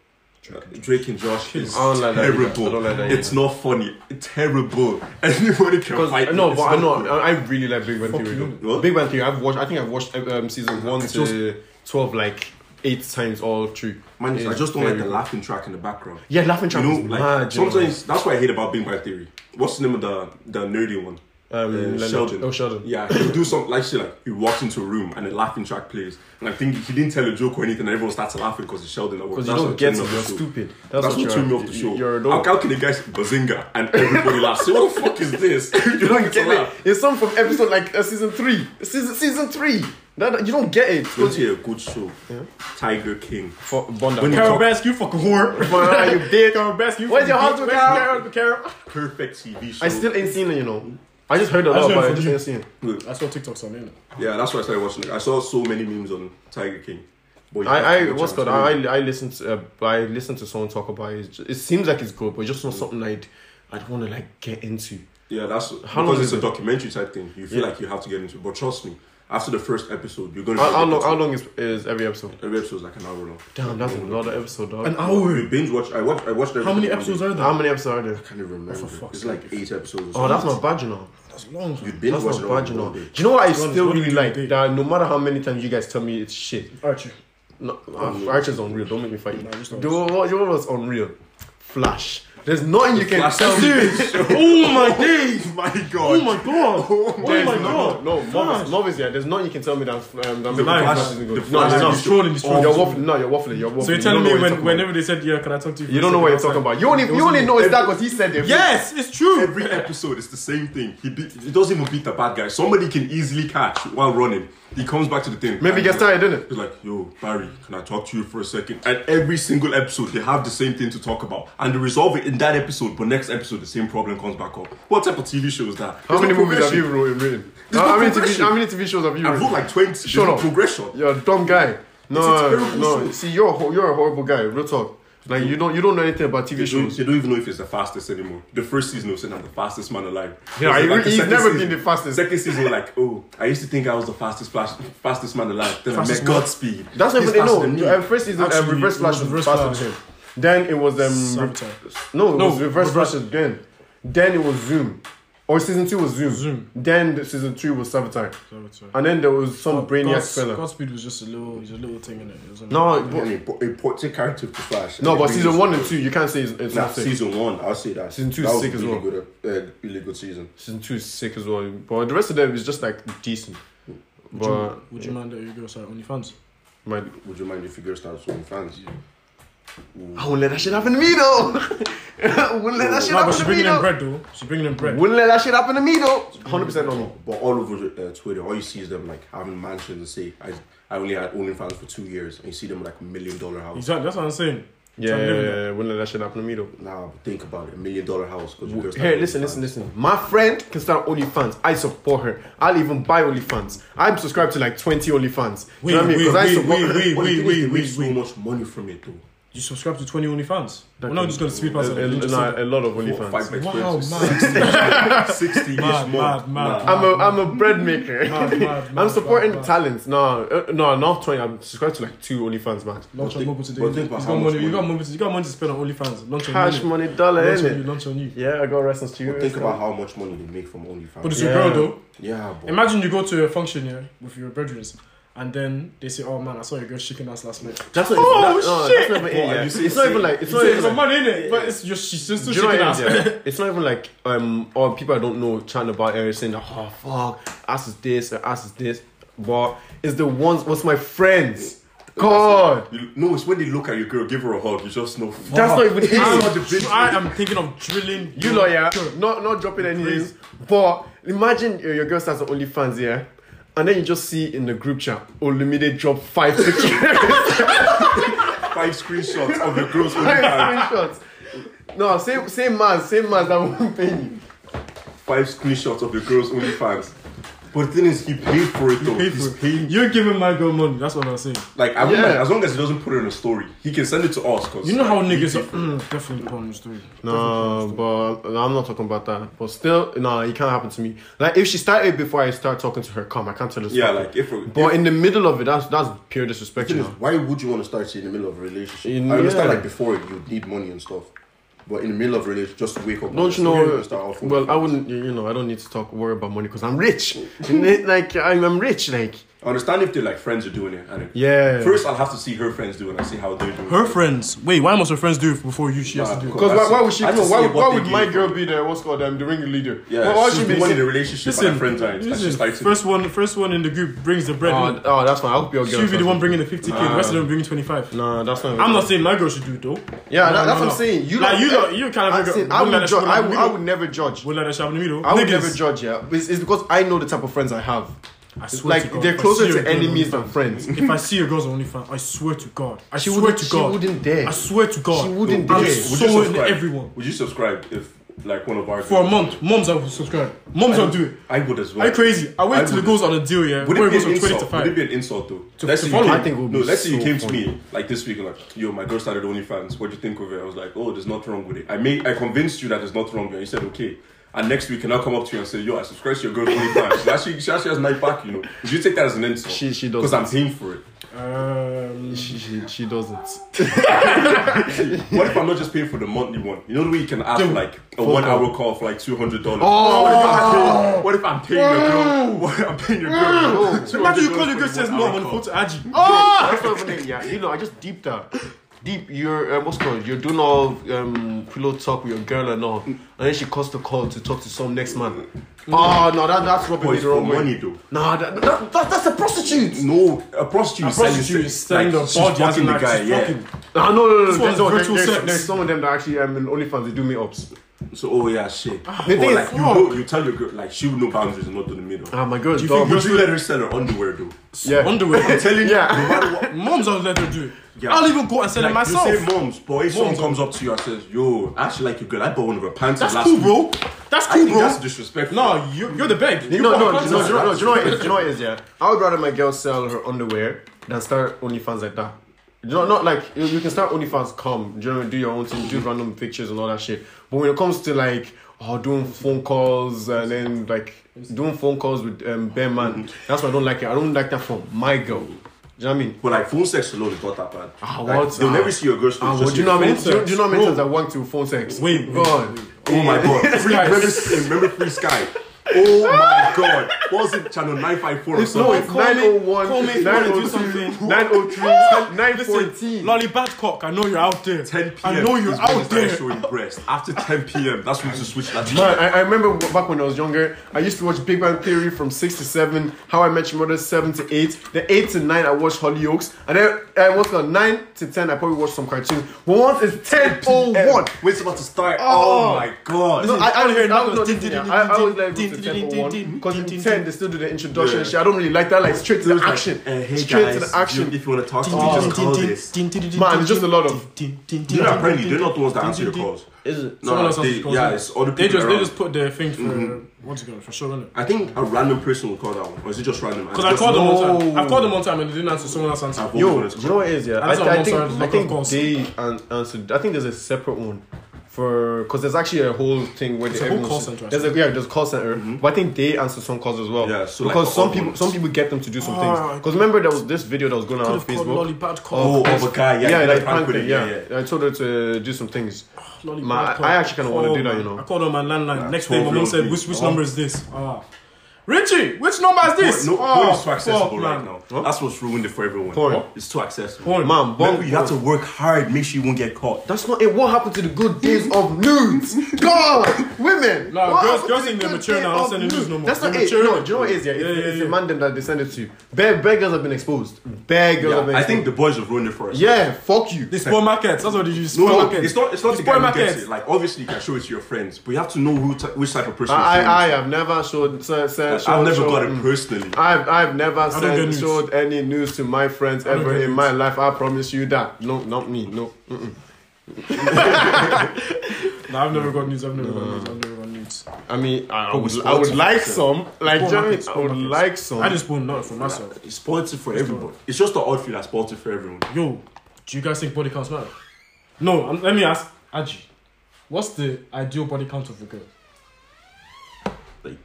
[SPEAKER 2] Uh, Drake and Josh is
[SPEAKER 1] I don't like that either. I
[SPEAKER 2] terrible.
[SPEAKER 1] don't like that
[SPEAKER 2] it's not funny. Terrible. Anybody can
[SPEAKER 1] Because
[SPEAKER 2] fight. it.
[SPEAKER 1] no,
[SPEAKER 2] It's
[SPEAKER 1] but I
[SPEAKER 2] not
[SPEAKER 1] know
[SPEAKER 2] good.
[SPEAKER 1] I I really like Big Bang
[SPEAKER 3] Fuck
[SPEAKER 1] Theory.
[SPEAKER 3] you.
[SPEAKER 1] though.
[SPEAKER 2] What?
[SPEAKER 1] Big Bang Theory. I've watched. I think I've watched um, season one to twelve like eight times all through.
[SPEAKER 2] Man, I
[SPEAKER 1] It's
[SPEAKER 2] just don't like the
[SPEAKER 1] very-
[SPEAKER 2] laughing track in the background.
[SPEAKER 1] Yeah, laughing track
[SPEAKER 2] You know,
[SPEAKER 1] is
[SPEAKER 2] like
[SPEAKER 1] mad. you know.
[SPEAKER 2] sometimes that's what I hate about Big Bang Theory. What's the name of the the nerdy one?
[SPEAKER 1] Um, Leonard.
[SPEAKER 2] Uh, Sheldon.
[SPEAKER 1] Oh, Sheldon.
[SPEAKER 2] Yeah, he'll do some like shit. Like he walks into a room and a laughing track plays, and I think he didn't tell a joke or anything, and everyone starts laughing because it's Sheldon.
[SPEAKER 1] Because you don't get it, you're stupid.
[SPEAKER 2] That's,
[SPEAKER 1] what
[SPEAKER 2] what threw me
[SPEAKER 1] you're-
[SPEAKER 2] off the show.
[SPEAKER 1] You're a
[SPEAKER 2] How,
[SPEAKER 1] dog.
[SPEAKER 2] how can a guy say bazinga and everybody laughs? Say, what the fuck is this? you don't
[SPEAKER 1] Get it. It's some from episode like uh, season three. Season season three. That, you don't get it.
[SPEAKER 2] Go to a good show. Tiger King.
[SPEAKER 1] For Bonda.
[SPEAKER 2] When you
[SPEAKER 3] Carol
[SPEAKER 2] talk
[SPEAKER 3] Baskin, fucking whore.
[SPEAKER 1] Bonda, uh, you dick.
[SPEAKER 3] Carol Baskin.
[SPEAKER 1] Where's your hustle,
[SPEAKER 3] fucking dick.
[SPEAKER 1] Carol?
[SPEAKER 3] Where's your Carol?
[SPEAKER 2] perfect TV show.
[SPEAKER 1] I still ain't seen it, you know. I just heard a lot,
[SPEAKER 3] just
[SPEAKER 1] but I
[SPEAKER 3] heard
[SPEAKER 1] just
[SPEAKER 3] from
[SPEAKER 1] ain't seen it.
[SPEAKER 3] I saw TikToks on it.
[SPEAKER 2] Yeah, that's why I started watching it. I saw so many memes on Tiger King. But you have
[SPEAKER 1] I,
[SPEAKER 2] to
[SPEAKER 1] I
[SPEAKER 2] watch
[SPEAKER 1] what's
[SPEAKER 2] it.
[SPEAKER 1] good? I I listened to uh, I listened to someone talk about it. It's ju- It seems like it's good, but it's just not something I'd I'd want to like get into.
[SPEAKER 2] Yeah, that's
[SPEAKER 1] How long
[SPEAKER 2] because
[SPEAKER 1] is
[SPEAKER 2] it's a
[SPEAKER 1] it?
[SPEAKER 2] documentary type thing. You feel like you have to get into it. But trust me, after the first episode, you're gonna.
[SPEAKER 1] How,
[SPEAKER 2] be
[SPEAKER 1] how
[SPEAKER 2] addicted
[SPEAKER 1] long?
[SPEAKER 2] to
[SPEAKER 1] How
[SPEAKER 2] it.
[SPEAKER 1] long is, is every episode?
[SPEAKER 2] Every episode's like an hour long.
[SPEAKER 1] Damn, that's a lot of episode, dog.
[SPEAKER 3] An hour.
[SPEAKER 2] We binge watch. I watched. I watched.
[SPEAKER 3] How many episodes are there?
[SPEAKER 1] How many episodes are there?
[SPEAKER 2] I can't even remember.
[SPEAKER 3] fuck's
[SPEAKER 2] it's like eight episodes.
[SPEAKER 1] Oh, that's not bad, you know.
[SPEAKER 3] That's long.
[SPEAKER 2] You
[SPEAKER 3] man.
[SPEAKER 2] binge
[SPEAKER 1] That's not
[SPEAKER 2] watch it
[SPEAKER 1] bad, you
[SPEAKER 2] all
[SPEAKER 1] know. Do
[SPEAKER 2] in one day.
[SPEAKER 1] you know what I
[SPEAKER 3] honest,
[SPEAKER 1] still
[SPEAKER 3] what
[SPEAKER 1] really
[SPEAKER 3] do you do
[SPEAKER 1] like?
[SPEAKER 3] today?
[SPEAKER 1] That no matter how many times you guys tell me it's shit,
[SPEAKER 3] Archie.
[SPEAKER 1] No, uh, Archer's unreal. Don't make me fight you.
[SPEAKER 3] No, just don't.
[SPEAKER 1] Do what? You was unreal. Flash. There's nothing you can
[SPEAKER 2] Flash
[SPEAKER 1] tell me.
[SPEAKER 2] is-
[SPEAKER 3] Oh my days.
[SPEAKER 2] Oh my god.
[SPEAKER 3] Oh my god. Oh
[SPEAKER 1] There's
[SPEAKER 3] my
[SPEAKER 1] no-
[SPEAKER 3] god.
[SPEAKER 1] No, Mob
[SPEAKER 3] Flash.
[SPEAKER 1] is, Mob is yeah. There's nothing you can tell me that um, that the
[SPEAKER 2] Flash-
[SPEAKER 1] Flash isn't
[SPEAKER 2] the
[SPEAKER 1] good. No,
[SPEAKER 2] Flash
[SPEAKER 1] it's
[SPEAKER 2] is
[SPEAKER 1] not.
[SPEAKER 3] He's trolling. He's
[SPEAKER 1] Oh, You're
[SPEAKER 3] trolling.
[SPEAKER 1] waffling. No, you're waffling. You're waffling.
[SPEAKER 3] So you're
[SPEAKER 1] You don't
[SPEAKER 3] telling
[SPEAKER 1] know
[SPEAKER 3] me
[SPEAKER 1] what you're
[SPEAKER 3] when,
[SPEAKER 1] talking
[SPEAKER 3] whenever
[SPEAKER 1] about.
[SPEAKER 3] they said, yeah, can I talk to you? for
[SPEAKER 1] you
[SPEAKER 3] a
[SPEAKER 1] don't know
[SPEAKER 3] second
[SPEAKER 1] what you're
[SPEAKER 3] outside?
[SPEAKER 1] talking about. You only
[SPEAKER 3] It
[SPEAKER 1] you
[SPEAKER 3] was
[SPEAKER 1] only
[SPEAKER 3] me.
[SPEAKER 1] know it's that because he said it.
[SPEAKER 3] Yes, it's true.
[SPEAKER 2] Every episode is the same thing. He beat, he doesn't even beat the bad guy. Somebody can easily catch while running. He comes back to the thing.
[SPEAKER 1] Maybe he gets tired, didn't it?
[SPEAKER 2] He's like, yo, Barry, can I talk to you for a second? And every single episode, they have the same thing to talk about. And they resolve it in that episode, but next episode, the same problem comes back up. What type of TV show is that?
[SPEAKER 1] How
[SPEAKER 2] There's no
[SPEAKER 1] many movies have
[SPEAKER 2] progression.
[SPEAKER 1] you wrote- written?
[SPEAKER 2] no
[SPEAKER 1] How how many TV
[SPEAKER 2] progression.
[SPEAKER 1] how many TV shows have you
[SPEAKER 2] I've
[SPEAKER 1] written?
[SPEAKER 2] wrote like 20. There's
[SPEAKER 1] Shut
[SPEAKER 2] no
[SPEAKER 1] up.
[SPEAKER 2] progression.
[SPEAKER 1] You're a dumb guy. No,
[SPEAKER 2] terrible
[SPEAKER 1] no.
[SPEAKER 2] show.
[SPEAKER 1] See, you're a, ho- you're a horrible guy. Real talk. Like you don't you don't know anything about TV
[SPEAKER 2] They don't,
[SPEAKER 1] shows.
[SPEAKER 2] they don't even know if it's the fastest anymore. The first season was saying I'm the fastest man alive.
[SPEAKER 1] Yeah,
[SPEAKER 2] It was
[SPEAKER 1] he-
[SPEAKER 2] the
[SPEAKER 1] he's
[SPEAKER 2] second
[SPEAKER 1] never been the fastest.
[SPEAKER 2] Second season, was like, oh, I used to think I was the fastest flash, fastest man alive. Then
[SPEAKER 3] Fastest
[SPEAKER 2] I met
[SPEAKER 3] man.
[SPEAKER 2] Godspeed.
[SPEAKER 1] That's
[SPEAKER 2] He's
[SPEAKER 1] what they
[SPEAKER 2] faster
[SPEAKER 1] know.
[SPEAKER 2] than me.
[SPEAKER 1] The, um, first season, um,
[SPEAKER 3] Actually,
[SPEAKER 1] Reverse
[SPEAKER 3] it
[SPEAKER 1] Flash
[SPEAKER 3] was
[SPEAKER 1] was
[SPEAKER 3] Reverse
[SPEAKER 1] faster than
[SPEAKER 3] Flash.
[SPEAKER 1] him. Then it was um, re-
[SPEAKER 3] Saboteur.
[SPEAKER 1] no, it
[SPEAKER 3] No,
[SPEAKER 1] was Reverse
[SPEAKER 3] Reverse-
[SPEAKER 1] Flash again. Then it was Zoom, or season two was Zoom.
[SPEAKER 3] Zoom.
[SPEAKER 1] Then the season three was Sabotage,
[SPEAKER 3] Saboteur.
[SPEAKER 1] and then there was some brainiac
[SPEAKER 3] God's-
[SPEAKER 1] fella.
[SPEAKER 3] Godspeed was just a little, he's a little thing in it. It wasn't-
[SPEAKER 1] No,
[SPEAKER 2] But
[SPEAKER 1] but,
[SPEAKER 2] it, but it puts a character to flash.
[SPEAKER 1] no,
[SPEAKER 2] It
[SPEAKER 1] but
[SPEAKER 2] really
[SPEAKER 1] season
[SPEAKER 2] is
[SPEAKER 1] one
[SPEAKER 2] good.
[SPEAKER 1] and two, you can't say it's, it's
[SPEAKER 2] Nah,
[SPEAKER 1] not sick. Season,
[SPEAKER 2] season one, I'll say that.
[SPEAKER 1] Season two
[SPEAKER 2] that
[SPEAKER 1] is
[SPEAKER 2] was
[SPEAKER 1] sick
[SPEAKER 2] a
[SPEAKER 1] as
[SPEAKER 2] really
[SPEAKER 1] well.
[SPEAKER 2] Good, uh, really good season.
[SPEAKER 1] two is sick as well, but the rest of them is just like decent.
[SPEAKER 3] Would
[SPEAKER 1] But
[SPEAKER 3] you, would you mind that you go start OnlyFans?
[SPEAKER 1] my,
[SPEAKER 2] Would you mind if you girls start showing fans?
[SPEAKER 1] I won't let that shit happen to me though. wouldn't let that shit
[SPEAKER 3] No, but
[SPEAKER 1] happen
[SPEAKER 3] she's
[SPEAKER 1] to me
[SPEAKER 3] bringing in
[SPEAKER 1] though.
[SPEAKER 3] bread though. She's bringing in bread.
[SPEAKER 1] Wouldn't let that shit happen to me though. Hundred percent on me.
[SPEAKER 2] But all over uh, Twitter, all you see is them like having mansions and say, I, I only had OnlyFans for two years, and you see them like million dollar house.
[SPEAKER 3] Exactly, that's what I'm saying.
[SPEAKER 1] Yeah,
[SPEAKER 3] I'm
[SPEAKER 1] yeah,
[SPEAKER 3] living
[SPEAKER 1] yeah, wouldn't let that shit happen to me though.
[SPEAKER 2] Nah, but think about it. A million dollar house. Cause you girls
[SPEAKER 1] Hey,
[SPEAKER 2] start
[SPEAKER 1] listen,
[SPEAKER 2] OnlyFans.
[SPEAKER 1] listen, listen. My friend can start OnlyFans. I support her. I'll even buy OnlyFans. I'm subscribed to like 20 OnlyFans. You
[SPEAKER 3] Wait,
[SPEAKER 1] know what I mean?
[SPEAKER 3] wait,
[SPEAKER 1] Because I
[SPEAKER 3] wait,
[SPEAKER 1] support
[SPEAKER 3] wait, wait.
[SPEAKER 2] But the thing
[SPEAKER 3] wait,
[SPEAKER 2] is, they
[SPEAKER 3] wait,
[SPEAKER 2] make so
[SPEAKER 3] wait.
[SPEAKER 2] much money from it though.
[SPEAKER 3] You subscribe to 20 OnlyFans? We're not
[SPEAKER 1] can-
[SPEAKER 3] just going to sweep us
[SPEAKER 1] A, nah, a lot of
[SPEAKER 2] What,
[SPEAKER 1] OnlyFans.
[SPEAKER 2] Five by
[SPEAKER 3] Wow,
[SPEAKER 2] twelve.
[SPEAKER 3] man.
[SPEAKER 2] Sixty each
[SPEAKER 3] Mad,
[SPEAKER 2] month.
[SPEAKER 3] mad, mad.
[SPEAKER 2] Nah.
[SPEAKER 1] I'm a I'm a bread maker.
[SPEAKER 3] Mad, mad, mad,
[SPEAKER 1] I'm supporting
[SPEAKER 3] mad, mad.
[SPEAKER 1] talents. No, uh, no, not 20. I'm subscribed to like two OnlyFans, man.
[SPEAKER 3] Launch
[SPEAKER 2] But
[SPEAKER 3] on
[SPEAKER 2] think-
[SPEAKER 3] mobile today.
[SPEAKER 2] but think
[SPEAKER 3] You
[SPEAKER 2] about
[SPEAKER 3] got
[SPEAKER 2] how much
[SPEAKER 3] money. You
[SPEAKER 2] money-
[SPEAKER 3] got money. to- You got money to spend on OnlyFans. Launch on
[SPEAKER 1] Cash
[SPEAKER 3] you,
[SPEAKER 1] money dollar,
[SPEAKER 3] Launch on you.
[SPEAKER 1] innit?
[SPEAKER 3] Launch on you.
[SPEAKER 1] Yeah, I got rest on you.
[SPEAKER 2] But think about how much money they make from OnlyFans.
[SPEAKER 3] But it's
[SPEAKER 1] Yeah.
[SPEAKER 3] your girl though.
[SPEAKER 2] yeah, but
[SPEAKER 3] Imagine you go to a function here with your brethren, and then they say, "Oh man, I saw your girl shaking ass last night."
[SPEAKER 1] That's not
[SPEAKER 3] Oh,
[SPEAKER 1] even, that, no,
[SPEAKER 3] shit!
[SPEAKER 1] That's not even it,
[SPEAKER 2] What,
[SPEAKER 1] yeah.
[SPEAKER 2] you see-
[SPEAKER 1] It's not
[SPEAKER 2] see-
[SPEAKER 1] even like it's
[SPEAKER 3] It's
[SPEAKER 1] not even
[SPEAKER 3] not
[SPEAKER 1] like,
[SPEAKER 3] money in it, but it's just she's just
[SPEAKER 1] Do
[SPEAKER 3] still
[SPEAKER 1] you know
[SPEAKER 3] shaking
[SPEAKER 1] what
[SPEAKER 3] ass.
[SPEAKER 1] it is, yeah? It's not even like um or people I don't know chatting about it saying that oh fuck ass is this or ass is this, but it's the ones what's my friends. God,
[SPEAKER 2] You- no, it's when they look at your girl, give her a hug. You just know.
[SPEAKER 1] that's not even
[SPEAKER 2] That's
[SPEAKER 1] it.
[SPEAKER 2] not the bitch.
[SPEAKER 3] I am thinking of drilling
[SPEAKER 1] You know, yeah, not not dropping any names, but imagine uh, your girl starts on OnlyFans, yeah, and then you just see in the group chat Olumide drop five pictures,
[SPEAKER 2] five screenshots of your girl's
[SPEAKER 1] five
[SPEAKER 2] OnlyFans.
[SPEAKER 1] screenshots. No, same same man, same man that won't pay you.
[SPEAKER 2] Five screenshots of your girl's OnlyFans. But the thing is, he paid for it though.
[SPEAKER 3] Pay
[SPEAKER 2] He's
[SPEAKER 3] for it.
[SPEAKER 2] paying.
[SPEAKER 3] You're giving my girl money. That's what I'm saying.
[SPEAKER 2] Like, I wouldn't
[SPEAKER 1] Yeah.
[SPEAKER 2] mind- as long as he doesn't put it in a story, he can send it to us. Cause
[SPEAKER 3] You know how
[SPEAKER 2] he
[SPEAKER 3] niggas
[SPEAKER 2] paid
[SPEAKER 3] are
[SPEAKER 2] for it.
[SPEAKER 3] mm, definitely porn story.
[SPEAKER 1] No, but I'm not talking about that. But still, no, it can't happen to me. Like if she started before I start talking to her, come, I can't tell her.
[SPEAKER 2] Yeah,
[SPEAKER 1] stop.
[SPEAKER 2] like if. if
[SPEAKER 1] But in the middle of it, that's that's pure disrespect. You
[SPEAKER 2] thing is,
[SPEAKER 1] know?
[SPEAKER 2] why would you want to start in the middle of a relationship?
[SPEAKER 1] In-
[SPEAKER 2] I understand,
[SPEAKER 1] yeah.
[SPEAKER 2] like before, you need money and stuff, but in the middle of a relationship, just wake up.
[SPEAKER 1] Don't you
[SPEAKER 2] and start
[SPEAKER 1] know?
[SPEAKER 2] off with-
[SPEAKER 1] Well, I wouldn't. You you know, I don't need to talk worry about money because I'm rich. And it- like I'm, I'm rich. Like
[SPEAKER 2] I understand if they're like friends are doing it. And it-
[SPEAKER 1] Yeah.
[SPEAKER 2] First, I'll have to see her friends do it and see how they do it.
[SPEAKER 3] Her friends. Wait, why must her friends do it before you? She has to do
[SPEAKER 2] Nah,
[SPEAKER 3] it.
[SPEAKER 1] Because why, why would she?
[SPEAKER 2] I have to
[SPEAKER 1] No, why,
[SPEAKER 2] see
[SPEAKER 1] would-
[SPEAKER 2] what
[SPEAKER 1] why
[SPEAKER 2] they
[SPEAKER 1] would
[SPEAKER 2] give
[SPEAKER 1] my
[SPEAKER 2] you.
[SPEAKER 1] girl be the what's called um, the ring leader?
[SPEAKER 2] Yeah,
[SPEAKER 1] why, why
[SPEAKER 2] she's
[SPEAKER 1] should
[SPEAKER 2] the
[SPEAKER 1] be
[SPEAKER 2] one in
[SPEAKER 1] saying-
[SPEAKER 2] the relationship
[SPEAKER 3] Listen,
[SPEAKER 2] at friend times. That's
[SPEAKER 3] listen.
[SPEAKER 2] just like
[SPEAKER 3] First one, first one in the group brings the bread.
[SPEAKER 1] Oh,
[SPEAKER 3] innit?
[SPEAKER 1] oh, that's fine. I hope your girl.
[SPEAKER 3] She'll be the
[SPEAKER 1] does
[SPEAKER 3] one
[SPEAKER 1] it.
[SPEAKER 3] bringing the fifty k. The rest of them bringing twenty five.
[SPEAKER 1] No, that's not.
[SPEAKER 3] I'm not saying my girl should do it though.
[SPEAKER 1] Yeah,
[SPEAKER 3] No,
[SPEAKER 1] that,
[SPEAKER 3] no,
[SPEAKER 1] that's what
[SPEAKER 3] no.
[SPEAKER 1] I'm saying. You
[SPEAKER 3] like
[SPEAKER 1] don't-
[SPEAKER 3] you lot, you kind
[SPEAKER 1] I'm
[SPEAKER 3] of like
[SPEAKER 1] saying, I would judge. I would, I would never judge.
[SPEAKER 3] Would let that shop in the middle.
[SPEAKER 1] I would
[SPEAKER 3] Niggas.
[SPEAKER 1] never judge. Yeah, it's, it's because I know the type of friends I have.
[SPEAKER 3] I
[SPEAKER 1] It's
[SPEAKER 3] swear to
[SPEAKER 1] like
[SPEAKER 3] God,
[SPEAKER 1] they're
[SPEAKER 3] if I
[SPEAKER 1] closer
[SPEAKER 3] see
[SPEAKER 1] to
[SPEAKER 3] a girl on
[SPEAKER 1] enemies
[SPEAKER 3] OnlyFans-
[SPEAKER 1] than friends.
[SPEAKER 3] If I see a girl's on OnlyFans, I swear to God, I
[SPEAKER 1] She
[SPEAKER 3] swear
[SPEAKER 1] wouldn't.
[SPEAKER 3] to
[SPEAKER 1] She
[SPEAKER 3] God,
[SPEAKER 1] wouldn't dare.
[SPEAKER 3] I swear to God,
[SPEAKER 1] She wouldn't
[SPEAKER 3] I'm
[SPEAKER 1] dare.
[SPEAKER 2] Would you
[SPEAKER 3] suing
[SPEAKER 2] subscribe?
[SPEAKER 3] everyone
[SPEAKER 2] Would you subscribe if like one of our
[SPEAKER 3] for a month. Moms, I will subscribe. Moms, I'll do it.
[SPEAKER 2] I would as well.
[SPEAKER 3] Are you crazy? I wait till it
[SPEAKER 2] would.
[SPEAKER 3] goes on a deal, yeah.
[SPEAKER 2] Would
[SPEAKER 3] where
[SPEAKER 2] it, be
[SPEAKER 3] it goes
[SPEAKER 2] an
[SPEAKER 3] from twenty to
[SPEAKER 2] insult? would it
[SPEAKER 3] five.
[SPEAKER 2] be an insult though?
[SPEAKER 3] To-
[SPEAKER 2] let's
[SPEAKER 3] to
[SPEAKER 2] say you
[SPEAKER 3] follow.
[SPEAKER 2] came,
[SPEAKER 1] I think it would
[SPEAKER 2] no,
[SPEAKER 1] be
[SPEAKER 2] let's say you
[SPEAKER 1] so
[SPEAKER 2] came to me like this week and like, yo, my girl started OnlyFans. What do you think of it? I was like, oh, there's nothing wrong with it. I made, I convinced you that there's nothing wrong with it. You said okay. And next week, can I come up to you and say, yo, I subscribe to your girl's OnlyFans? she, actually, she actually has my back, you know. Do you take that as an insult?
[SPEAKER 1] She- she does.
[SPEAKER 2] Because I'm paying for it.
[SPEAKER 3] Um,
[SPEAKER 1] She, she, she doesn't.
[SPEAKER 2] What if I'm not just paying for the monthly one? You know the way you can ask like a
[SPEAKER 1] Full
[SPEAKER 2] one hour
[SPEAKER 1] call.
[SPEAKER 2] call for like two hundred dollars. Oh, what if I'm paying your girl? What if I'm paying your girl?
[SPEAKER 3] imagine you call
[SPEAKER 2] $200
[SPEAKER 3] your girl
[SPEAKER 2] for
[SPEAKER 3] says
[SPEAKER 2] one
[SPEAKER 3] no,
[SPEAKER 2] hour
[SPEAKER 3] I'm on the
[SPEAKER 2] call.
[SPEAKER 3] phone to Aji.
[SPEAKER 1] Oh, that's not even it. Yeah, you know, I just deep that. Deep, you're um, what's it called? You're doing all um, pillow talk with your girl and all, and then she calls the call to talk to some next man. Oh no, that, that's rubbing
[SPEAKER 2] But
[SPEAKER 1] me
[SPEAKER 2] it's
[SPEAKER 1] the wrong
[SPEAKER 2] for
[SPEAKER 1] way.
[SPEAKER 2] money, though.
[SPEAKER 1] Nah, that, that, that, that's a prostitute.
[SPEAKER 2] No, a prostitute.
[SPEAKER 3] A prostitute is standing
[SPEAKER 2] like,
[SPEAKER 3] up,
[SPEAKER 2] she's
[SPEAKER 3] body as
[SPEAKER 2] fucking
[SPEAKER 3] an
[SPEAKER 2] the guy.
[SPEAKER 3] act, she's
[SPEAKER 2] Yeah.
[SPEAKER 3] fucking.
[SPEAKER 1] Ah, no, no, no,
[SPEAKER 3] This
[SPEAKER 1] no.
[SPEAKER 3] one's
[SPEAKER 1] no there-
[SPEAKER 3] virtual
[SPEAKER 1] there's,
[SPEAKER 3] sex.
[SPEAKER 1] there's some of them that actually um, in OnlyFans they do meetups.
[SPEAKER 2] So oh yeah, shit.
[SPEAKER 1] The
[SPEAKER 2] Or,
[SPEAKER 1] thing
[SPEAKER 2] like
[SPEAKER 1] is-
[SPEAKER 2] you, go, you tell your girl like she would know boundaries and not do the middle.
[SPEAKER 1] Ah, my girl's
[SPEAKER 3] you think
[SPEAKER 1] dumb.
[SPEAKER 2] Would you let her sell her underwear though?
[SPEAKER 1] Yeah.
[SPEAKER 3] Underwear. I'm telling you.
[SPEAKER 1] Yeah.
[SPEAKER 2] No matter what.
[SPEAKER 3] Moms, I'll let her do it.
[SPEAKER 2] Yeah.
[SPEAKER 3] I'll even go and sell it
[SPEAKER 2] Like,
[SPEAKER 3] myself.
[SPEAKER 2] You say moms, but if someone
[SPEAKER 3] Moms.
[SPEAKER 2] comes up to you and says, "Yo, I actually like your girl. I bought one of her pants
[SPEAKER 3] That's
[SPEAKER 2] last
[SPEAKER 3] cool,
[SPEAKER 2] week."
[SPEAKER 3] bro. That's
[SPEAKER 2] I
[SPEAKER 3] cool,
[SPEAKER 2] think
[SPEAKER 3] bro.
[SPEAKER 2] that's disrespectful.
[SPEAKER 3] No, you, you're the bag. You
[SPEAKER 1] no,
[SPEAKER 3] got
[SPEAKER 1] no, no, no,
[SPEAKER 3] my contact.
[SPEAKER 1] do you know- no, do you know what it is? Do you know what it is, yeah? I would rather my girl sell her underwear than start OnlyFans like that. You know, not like you, you can start OnlyFans calm, you know, do your own thing, do random pictures and all that shit. But when it comes to like oh doing phone calls and then like doing phone calls with um bare man, that's why I don't like it. I don't like that for my girl. Do you know what I mean?
[SPEAKER 2] But like phone sex alone is not that bad.
[SPEAKER 1] Ah,
[SPEAKER 2] Like,
[SPEAKER 1] what?
[SPEAKER 2] They'll
[SPEAKER 1] Ah.
[SPEAKER 2] never see your girl.
[SPEAKER 1] Ah,
[SPEAKER 2] Ah,
[SPEAKER 1] well, do you know how many?
[SPEAKER 3] phone
[SPEAKER 1] Do you, do you know how many
[SPEAKER 3] sex.
[SPEAKER 1] times I want to phone sex?
[SPEAKER 3] Wait, wait,
[SPEAKER 1] God.
[SPEAKER 2] Oh my god. Free, remember, remember free sky. Oh my god. What was it channel nine five four or
[SPEAKER 1] No,
[SPEAKER 2] something?
[SPEAKER 1] it's
[SPEAKER 3] Call me-
[SPEAKER 1] 901,
[SPEAKER 3] call me if you wanna do
[SPEAKER 1] 902,
[SPEAKER 3] something.
[SPEAKER 1] 903, 914.
[SPEAKER 3] Listen, Lolly Badcock, I know you're out there.
[SPEAKER 2] 10 p.m.
[SPEAKER 3] I know you're
[SPEAKER 2] is when they
[SPEAKER 3] out
[SPEAKER 2] started
[SPEAKER 3] there.
[SPEAKER 2] Showing breast. After 10 p.m., that's when you switch that.
[SPEAKER 1] Man, I, I remember w- back when I was younger, I used to watch Big Bang Theory from 6 to 7, How I Met Your Mother 7 to 8, then 8 to 9 I watched Hollyoaks, and then um, I watched like 9 to 10 I probably watched some cartoons. But once it's
[SPEAKER 3] Oh,
[SPEAKER 1] 10.01,
[SPEAKER 2] Wait, it's about to start.
[SPEAKER 1] Oh.
[SPEAKER 2] Oh, my god.
[SPEAKER 1] No, I, I,
[SPEAKER 3] Listen,
[SPEAKER 1] I,
[SPEAKER 3] it's all here,
[SPEAKER 1] no,
[SPEAKER 3] Marcus.
[SPEAKER 1] listen, yeah, I, I always like
[SPEAKER 3] Ding,
[SPEAKER 1] to
[SPEAKER 3] ding, ding, ding, ding,
[SPEAKER 1] because in
[SPEAKER 3] ding,
[SPEAKER 1] 10
[SPEAKER 3] ding.
[SPEAKER 1] they still do the introduction
[SPEAKER 2] Yeah.
[SPEAKER 1] shit. I don't really like that, like straight to the
[SPEAKER 2] Like,
[SPEAKER 1] action.
[SPEAKER 2] uh, hey
[SPEAKER 1] straight
[SPEAKER 2] guys,
[SPEAKER 1] to the action.
[SPEAKER 2] You, if you want to talk to me,
[SPEAKER 3] Oh.
[SPEAKER 2] just call this.
[SPEAKER 1] Man, it's just a lot of-
[SPEAKER 2] You know, apparently, they're not the ones that answer your calls.
[SPEAKER 1] Is it?
[SPEAKER 2] No,
[SPEAKER 3] Someone
[SPEAKER 2] no,
[SPEAKER 3] else has
[SPEAKER 2] they,
[SPEAKER 3] to call
[SPEAKER 2] yeah,
[SPEAKER 3] them.
[SPEAKER 2] it's other people
[SPEAKER 3] They just they
[SPEAKER 2] around.
[SPEAKER 3] just put their thing for what's it called for sure, innit?
[SPEAKER 2] I think a random person will call that one, or is it just random?
[SPEAKER 3] Because I called them one time.
[SPEAKER 1] No.
[SPEAKER 3] I called them one time and they didn't answer. Someone else answered.
[SPEAKER 1] Yo, do you know what it is? Yeah,
[SPEAKER 3] That's what
[SPEAKER 1] I, I
[SPEAKER 3] I'm
[SPEAKER 1] think
[SPEAKER 3] also-
[SPEAKER 1] I think
[SPEAKER 3] of course.
[SPEAKER 1] they an- answered. I think there's a separate one for because there's actually a whole thing where
[SPEAKER 3] a
[SPEAKER 1] the
[SPEAKER 3] whole call center, I
[SPEAKER 1] There's a yeah, there's a call center, but I think they answer some calls as well.
[SPEAKER 2] Mm-hmm. Yeah, so like
[SPEAKER 1] because
[SPEAKER 2] the
[SPEAKER 1] some
[SPEAKER 2] odd
[SPEAKER 1] people
[SPEAKER 2] ones.
[SPEAKER 1] some people get them to do some
[SPEAKER 3] Ah,
[SPEAKER 1] things. Because remember there was this video that was going around on
[SPEAKER 3] Could've called Lolly
[SPEAKER 1] Facebook.
[SPEAKER 2] Oh,
[SPEAKER 3] Badcock.
[SPEAKER 2] of a guy, yeah,
[SPEAKER 1] yeah,
[SPEAKER 2] he
[SPEAKER 1] like
[SPEAKER 2] like prank with
[SPEAKER 1] pranking,
[SPEAKER 2] it,
[SPEAKER 1] yeah. I
[SPEAKER 2] yeah,
[SPEAKER 1] told her to do some things.
[SPEAKER 3] Lolly
[SPEAKER 1] Man, I-
[SPEAKER 3] Badcock.
[SPEAKER 1] I actually kinda wanna
[SPEAKER 3] Oh,
[SPEAKER 1] do that, you
[SPEAKER 3] man.
[SPEAKER 1] know.
[SPEAKER 3] I called on my landline. Next day, my
[SPEAKER 2] 12
[SPEAKER 3] mom said,
[SPEAKER 2] years
[SPEAKER 3] "Which which
[SPEAKER 2] old.
[SPEAKER 3] number is this?" Ah, Richie, which number is this?
[SPEAKER 2] No,
[SPEAKER 3] Oh,
[SPEAKER 2] porn is too accessible
[SPEAKER 3] fuck,
[SPEAKER 2] right
[SPEAKER 3] man.
[SPEAKER 2] now. That's what's ruined it for everyone.
[SPEAKER 1] Porn.
[SPEAKER 2] It's too accessible.
[SPEAKER 3] Porn.
[SPEAKER 1] Man,
[SPEAKER 2] Remember,
[SPEAKER 1] bong-
[SPEAKER 2] you have to work hard, make sure you won't get caught.
[SPEAKER 1] That's not it. What happened to the good days of nudes? God, women.
[SPEAKER 3] Nah,
[SPEAKER 1] what
[SPEAKER 3] girls-
[SPEAKER 1] happened to
[SPEAKER 3] girls
[SPEAKER 1] the
[SPEAKER 3] think they're
[SPEAKER 1] good
[SPEAKER 3] mature
[SPEAKER 1] day
[SPEAKER 3] now, don't
[SPEAKER 1] of
[SPEAKER 3] send the nudes no more.
[SPEAKER 1] That's not
[SPEAKER 3] They're
[SPEAKER 1] it.
[SPEAKER 3] mature.
[SPEAKER 1] No, do you know what it is? Yeah, it's,
[SPEAKER 3] Yeah, yeah,
[SPEAKER 1] it's
[SPEAKER 3] yeah.
[SPEAKER 1] the man them that they send it to. Bad, bad girls have been exposed. Bad girls have been
[SPEAKER 2] I
[SPEAKER 1] exposed.
[SPEAKER 2] think the boys have ruined it for us.
[SPEAKER 1] Yeah, fuck you.
[SPEAKER 3] They spoil markets. That's what they use.
[SPEAKER 2] No,
[SPEAKER 3] spoil
[SPEAKER 2] no,
[SPEAKER 3] markets.
[SPEAKER 2] it's not. It's not the
[SPEAKER 3] They spoil
[SPEAKER 2] guy who gets
[SPEAKER 3] markets.
[SPEAKER 2] it. Like, obviously, you can show it to your friends, but you have to know who ty- which type of person.
[SPEAKER 1] I,
[SPEAKER 2] you're
[SPEAKER 1] I, I
[SPEAKER 2] showing it
[SPEAKER 1] have never showed. So, so,
[SPEAKER 2] to. Like,
[SPEAKER 1] showed-
[SPEAKER 2] I've never
[SPEAKER 1] showed-
[SPEAKER 2] got it
[SPEAKER 1] mm.
[SPEAKER 2] personally.
[SPEAKER 1] I've I've never
[SPEAKER 3] don't get
[SPEAKER 1] sent,
[SPEAKER 3] news.
[SPEAKER 1] showed any news to my friends ever
[SPEAKER 3] get
[SPEAKER 1] in my life. I promise you that. No, not me. No. Mm-mm.
[SPEAKER 3] No, I've never got news. I've never got news. I've never got news.
[SPEAKER 1] I mean, I, I would I would like some. Like,
[SPEAKER 3] Spoil
[SPEAKER 1] do you know what I mean?
[SPEAKER 3] markets,
[SPEAKER 1] I
[SPEAKER 3] spoil
[SPEAKER 1] would
[SPEAKER 3] markets.
[SPEAKER 1] like some.
[SPEAKER 3] I just bought nothing for myself.
[SPEAKER 2] It's sponsored for everybody. It's just the outfit that's sponsored for everyone.
[SPEAKER 3] Yo, do you guys think body counts matter? No, um, let me ask Aji. What's the ideal body count of a girl?
[SPEAKER 2] Like,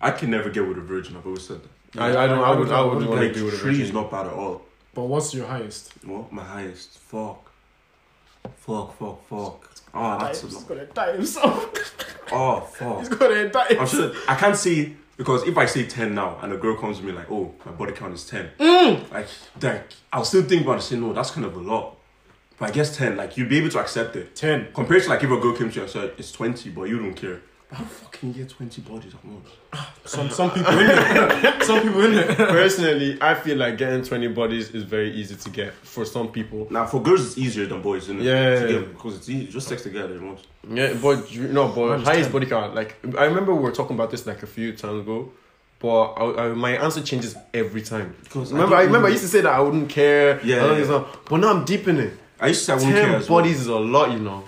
[SPEAKER 2] I can never get with a virgin. I've always said that.
[SPEAKER 1] I, I don't. I would. I wouldn't want to
[SPEAKER 2] Like,
[SPEAKER 1] be with a
[SPEAKER 2] three
[SPEAKER 1] virgin.
[SPEAKER 2] is not bad at all.
[SPEAKER 3] But what's your highest?
[SPEAKER 2] What? My highest. Fuck. Fuck. Fuck. Fuck. Oh, that's a lot.
[SPEAKER 3] gonna die himself.
[SPEAKER 2] Oh, fuck.
[SPEAKER 3] gonna die.
[SPEAKER 2] I'm sure I can't say Because if I say 10 now and a girl comes to me like, oh, my body count is 10,
[SPEAKER 1] Mm.
[SPEAKER 2] like, like, I'll still think about it and say, no, that's kind of a lot. But I guess 10, like, you'd be able to accept it.
[SPEAKER 3] 10.
[SPEAKER 2] Compared to, like, if a girl came to you and said, it's 20, but you don't care. How fucking get 20 bodies at once?
[SPEAKER 3] Some some people in it. some people in it.
[SPEAKER 1] Personally, I feel like getting 20 bodies is very easy to get for some people.
[SPEAKER 2] Now, for girls, it's easier than boys, isn't it?
[SPEAKER 1] Yeah.
[SPEAKER 2] To get- Because it's easy. Just text the guy that you want.
[SPEAKER 1] Yeah, but you no, but highest body count. Like I remember we were talking about this like a few times ago, but I, I, my answer changes every time.
[SPEAKER 2] 'Cause I
[SPEAKER 1] remember, I,
[SPEAKER 2] don't
[SPEAKER 1] remember I
[SPEAKER 2] really-
[SPEAKER 1] used to say that I wouldn't care. I
[SPEAKER 2] Yeah,
[SPEAKER 1] don't
[SPEAKER 2] yeah,
[SPEAKER 1] think so. but now I'm deep in it.
[SPEAKER 2] I used to say I won't care
[SPEAKER 1] Ten
[SPEAKER 2] as well.
[SPEAKER 1] bodies is a lot, you know.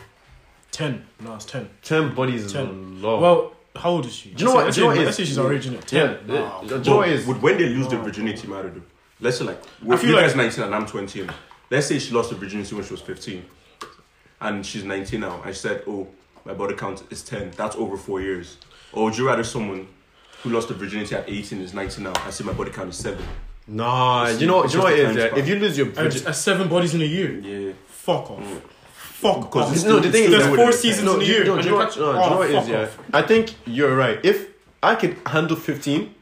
[SPEAKER 3] 10. No, it's 10.
[SPEAKER 1] Ten bodies is
[SPEAKER 3] Ten.
[SPEAKER 1] a lot.
[SPEAKER 3] Well, how old is she?
[SPEAKER 1] Do you know what-
[SPEAKER 3] Let's
[SPEAKER 1] do
[SPEAKER 3] say,
[SPEAKER 1] you know what
[SPEAKER 3] let's say,
[SPEAKER 1] is-
[SPEAKER 3] let's say she's already in it. 10.
[SPEAKER 1] yeah,
[SPEAKER 3] Nah.
[SPEAKER 1] the, the
[SPEAKER 2] Joe Oh,
[SPEAKER 1] joy is
[SPEAKER 2] would when they lose their virginity matter though? Let's say like
[SPEAKER 3] I
[SPEAKER 2] if
[SPEAKER 3] feel
[SPEAKER 2] you
[SPEAKER 3] like-
[SPEAKER 2] guys nineteen and I'm twenty. and Let's say she lost her virginity when she was fifteen, and she's nineteen now. I said, "Oh, my body count is ten. That's over four years." Or would you rather someone who lost their virginity at eighteen is nineteen now? I say my body count is seven.
[SPEAKER 1] nah. You know,
[SPEAKER 2] It's
[SPEAKER 1] you know what it
[SPEAKER 2] just the
[SPEAKER 1] is.
[SPEAKER 2] time
[SPEAKER 1] Yeah? If you lose your
[SPEAKER 3] Uh,
[SPEAKER 1] virgin,
[SPEAKER 3] uh, seven bodies in a year.
[SPEAKER 2] Yeah,
[SPEAKER 3] Fuck off. Fuck
[SPEAKER 2] Because
[SPEAKER 3] off.
[SPEAKER 2] it's
[SPEAKER 1] no, the thing is,
[SPEAKER 3] there's
[SPEAKER 1] that-
[SPEAKER 3] four seasons in a
[SPEAKER 1] do you-
[SPEAKER 3] year.
[SPEAKER 1] no,
[SPEAKER 3] and
[SPEAKER 1] do you know
[SPEAKER 3] you
[SPEAKER 1] what-
[SPEAKER 3] can't-
[SPEAKER 1] no, do you know
[SPEAKER 3] oh,
[SPEAKER 1] what it is,
[SPEAKER 3] fuck
[SPEAKER 1] yeah?
[SPEAKER 3] off.
[SPEAKER 1] I think you're right. If I could handle 15,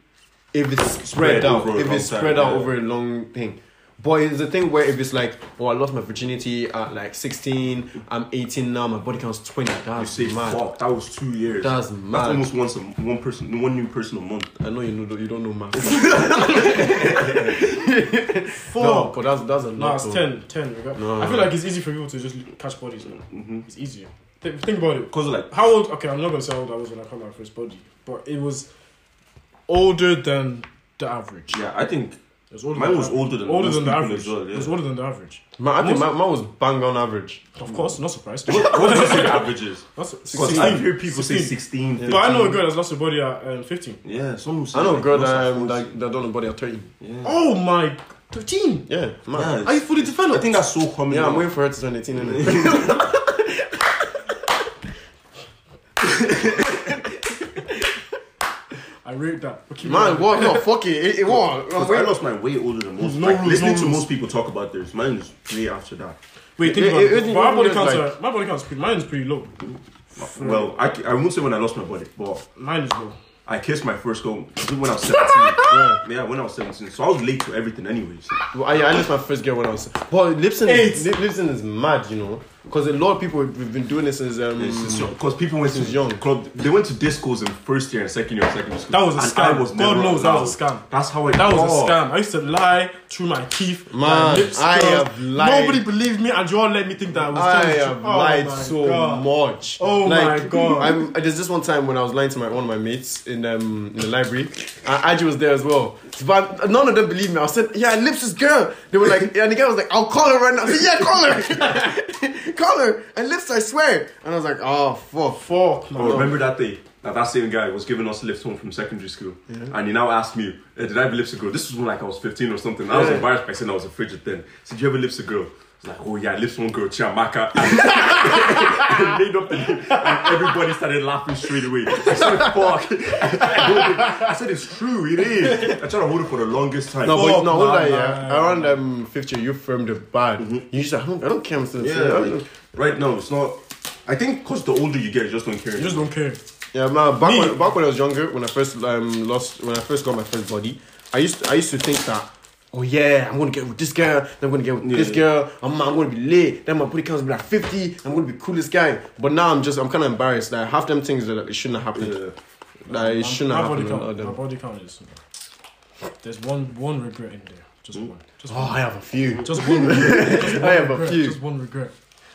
[SPEAKER 1] if it's spread,
[SPEAKER 2] Spread
[SPEAKER 1] out,
[SPEAKER 2] over a
[SPEAKER 1] if it's
[SPEAKER 2] long
[SPEAKER 1] spread
[SPEAKER 2] time,
[SPEAKER 1] out
[SPEAKER 2] yeah.
[SPEAKER 1] over a long thing. But it's the thing where if it's like, oh, I lost my virginity at like 16, I'm 18 now, my body count's 20.
[SPEAKER 2] you
[SPEAKER 1] That's
[SPEAKER 2] say
[SPEAKER 1] mad.
[SPEAKER 2] fuck. That was two years.
[SPEAKER 1] That's mad.
[SPEAKER 2] almost once a one person, one new person a month.
[SPEAKER 1] I know you know you don't know math. no,
[SPEAKER 3] Fuck.
[SPEAKER 1] but that's that's a lot.
[SPEAKER 3] No, it's
[SPEAKER 1] though.
[SPEAKER 3] 10. 10. regard-
[SPEAKER 1] No. Mm-hmm.
[SPEAKER 3] I feel like it's easy for people to just catch bodies now. It's easier. Th- think about it.
[SPEAKER 2] Cause like
[SPEAKER 3] How old? Okay, I'm not gonna say how old I was when I caught my first body, but it was older than the average.
[SPEAKER 2] yeah, I think
[SPEAKER 3] It was older
[SPEAKER 2] mine
[SPEAKER 3] than
[SPEAKER 2] was
[SPEAKER 3] the-
[SPEAKER 2] older than
[SPEAKER 3] older
[SPEAKER 2] most
[SPEAKER 3] than the
[SPEAKER 2] people
[SPEAKER 3] average.
[SPEAKER 2] as well.
[SPEAKER 3] It was
[SPEAKER 2] Yeah.
[SPEAKER 3] older than the average.
[SPEAKER 1] Man, I think my, mine was bang on average.
[SPEAKER 3] Of course, not surprised.
[SPEAKER 2] What do you say the averages?
[SPEAKER 3] That's
[SPEAKER 2] Because
[SPEAKER 3] 16.
[SPEAKER 2] I hear people say
[SPEAKER 3] 16.
[SPEAKER 2] sixteen.
[SPEAKER 3] But I know a girl that's lost her body at um, 15.
[SPEAKER 2] Yeah, some will say
[SPEAKER 1] I know a
[SPEAKER 2] like,
[SPEAKER 1] girl
[SPEAKER 2] lost
[SPEAKER 1] that,
[SPEAKER 2] at
[SPEAKER 1] um,
[SPEAKER 2] 40.
[SPEAKER 1] that, that done a body at 30.
[SPEAKER 2] Yeah.
[SPEAKER 3] Oh my, 13.
[SPEAKER 1] Yeah, man.
[SPEAKER 2] Yeah, it's-
[SPEAKER 1] Are you fully developed?
[SPEAKER 2] I think that's so common.
[SPEAKER 1] yeah, I'm
[SPEAKER 2] now.
[SPEAKER 1] waiting for her to turn 18 innit?
[SPEAKER 3] I rate that. Okay,
[SPEAKER 1] Man, what? No, fuck it. It, it what?
[SPEAKER 2] 'Cause I lost my way older than most.
[SPEAKER 3] No
[SPEAKER 2] like,
[SPEAKER 3] rules,
[SPEAKER 2] listening
[SPEAKER 3] no
[SPEAKER 2] to
[SPEAKER 3] rules.
[SPEAKER 2] most people talk about this, mine is way after that.
[SPEAKER 3] Wait, think
[SPEAKER 1] It-
[SPEAKER 3] about
[SPEAKER 1] it-
[SPEAKER 3] it.
[SPEAKER 1] it-
[SPEAKER 3] But
[SPEAKER 1] it
[SPEAKER 3] my body
[SPEAKER 1] was
[SPEAKER 3] counts.
[SPEAKER 1] like-
[SPEAKER 3] are- My body counts. pretty- Mine's pretty low. Mm.
[SPEAKER 2] Well, I, I won't say when I lost my body, but
[SPEAKER 3] Mine is low.
[SPEAKER 2] I kissed my first girl I think when I was 17. yeah. when I was 17. So I was late to everything, anyways.
[SPEAKER 1] Well, I, I lost my first girl when I was. But Lipson,
[SPEAKER 3] Eight.
[SPEAKER 1] Lip, Lipson is mad, you know, because a lot of people have been doing this since um.
[SPEAKER 3] Mm.
[SPEAKER 2] Because people went to
[SPEAKER 1] Since young.
[SPEAKER 2] club, they went to discos in first year and second year of secondary school.
[SPEAKER 3] That was a
[SPEAKER 2] and
[SPEAKER 3] scam.
[SPEAKER 2] I was
[SPEAKER 3] God
[SPEAKER 2] never
[SPEAKER 3] knows that was a
[SPEAKER 2] allowed.
[SPEAKER 3] scam.
[SPEAKER 2] That's how I
[SPEAKER 3] That was
[SPEAKER 2] Oh.
[SPEAKER 3] a scam. I used to lie through my teeth. my
[SPEAKER 1] Man,
[SPEAKER 3] lips
[SPEAKER 1] I
[SPEAKER 3] curled.
[SPEAKER 1] have lied.
[SPEAKER 3] Nobody believed me, and you all let me think that I was
[SPEAKER 1] I
[SPEAKER 3] telling the
[SPEAKER 1] have
[SPEAKER 3] truth. Oh
[SPEAKER 1] lied
[SPEAKER 3] my
[SPEAKER 1] so
[SPEAKER 3] God.
[SPEAKER 1] much.
[SPEAKER 3] Oh my God.
[SPEAKER 1] I'm, there's this one time when I was lying to my one of my mates in um in the library. Uh, Aji was there as well, but none of them believed me. I said, "Yeah, Lipson's girl." They were like, and the guy was like, "I'll call her right now." I said, "Yeah, call her, call her." And Lips, I swear. And I was like, "Oh fuck,
[SPEAKER 3] Fuck,
[SPEAKER 2] Bro,
[SPEAKER 3] man.
[SPEAKER 2] remember that day that that same guy was giving us lifts home from secondary school, and he now asked me, eh, "Did I have lips a girl?" This was when like I was fifteen or something. I was
[SPEAKER 1] Yeah.
[SPEAKER 2] embarrassed by saying I was a frigid then. So, "Did you ever lips a girl?" I was like, "Oh yeah, I lips one girl, Chiamaka." I made up the name, and everybody started laughing straight away. I said, "Fuck!" I, hold it. I said, "It's true, it is." I tried to hold it for the longest time.
[SPEAKER 1] No,
[SPEAKER 3] Fuck,
[SPEAKER 1] but no, hold
[SPEAKER 3] man,
[SPEAKER 1] on,
[SPEAKER 3] man.
[SPEAKER 1] yeah. Around um, 50, you firmed it bad. You just, I don't, I don't care. I'm still
[SPEAKER 2] Mm-hmm. yeah, like, right now it's not. I think because the older you get, you just don't care.
[SPEAKER 3] You just don't care.
[SPEAKER 1] yeah, man. Back
[SPEAKER 3] Me-
[SPEAKER 1] when, back when I was younger, when I first um lost, when I first got my first body, I used to, I used to think that, oh yeah, I'm gonna get with this girl, then I'm gonna get with this
[SPEAKER 2] Yeah.
[SPEAKER 1] girl, I'm, I'm gonna be lit, then my body counts will be like 50, I'm gonna be coolest guy. But now I'm just, I'm kind of embarrassed. Like half them things that it shouldn't have happened.
[SPEAKER 2] Yeah.
[SPEAKER 1] Like it
[SPEAKER 3] My-
[SPEAKER 1] shouldn't
[SPEAKER 3] my
[SPEAKER 1] have happened.
[SPEAKER 3] Body
[SPEAKER 1] a lot of
[SPEAKER 3] count, my
[SPEAKER 1] them.
[SPEAKER 3] body count is. There's one one regret in there. Just one. Just
[SPEAKER 1] Oh, I have a few.
[SPEAKER 3] Just one regret. Just one
[SPEAKER 1] I have a
[SPEAKER 3] regret.
[SPEAKER 1] few.
[SPEAKER 3] Just one regret.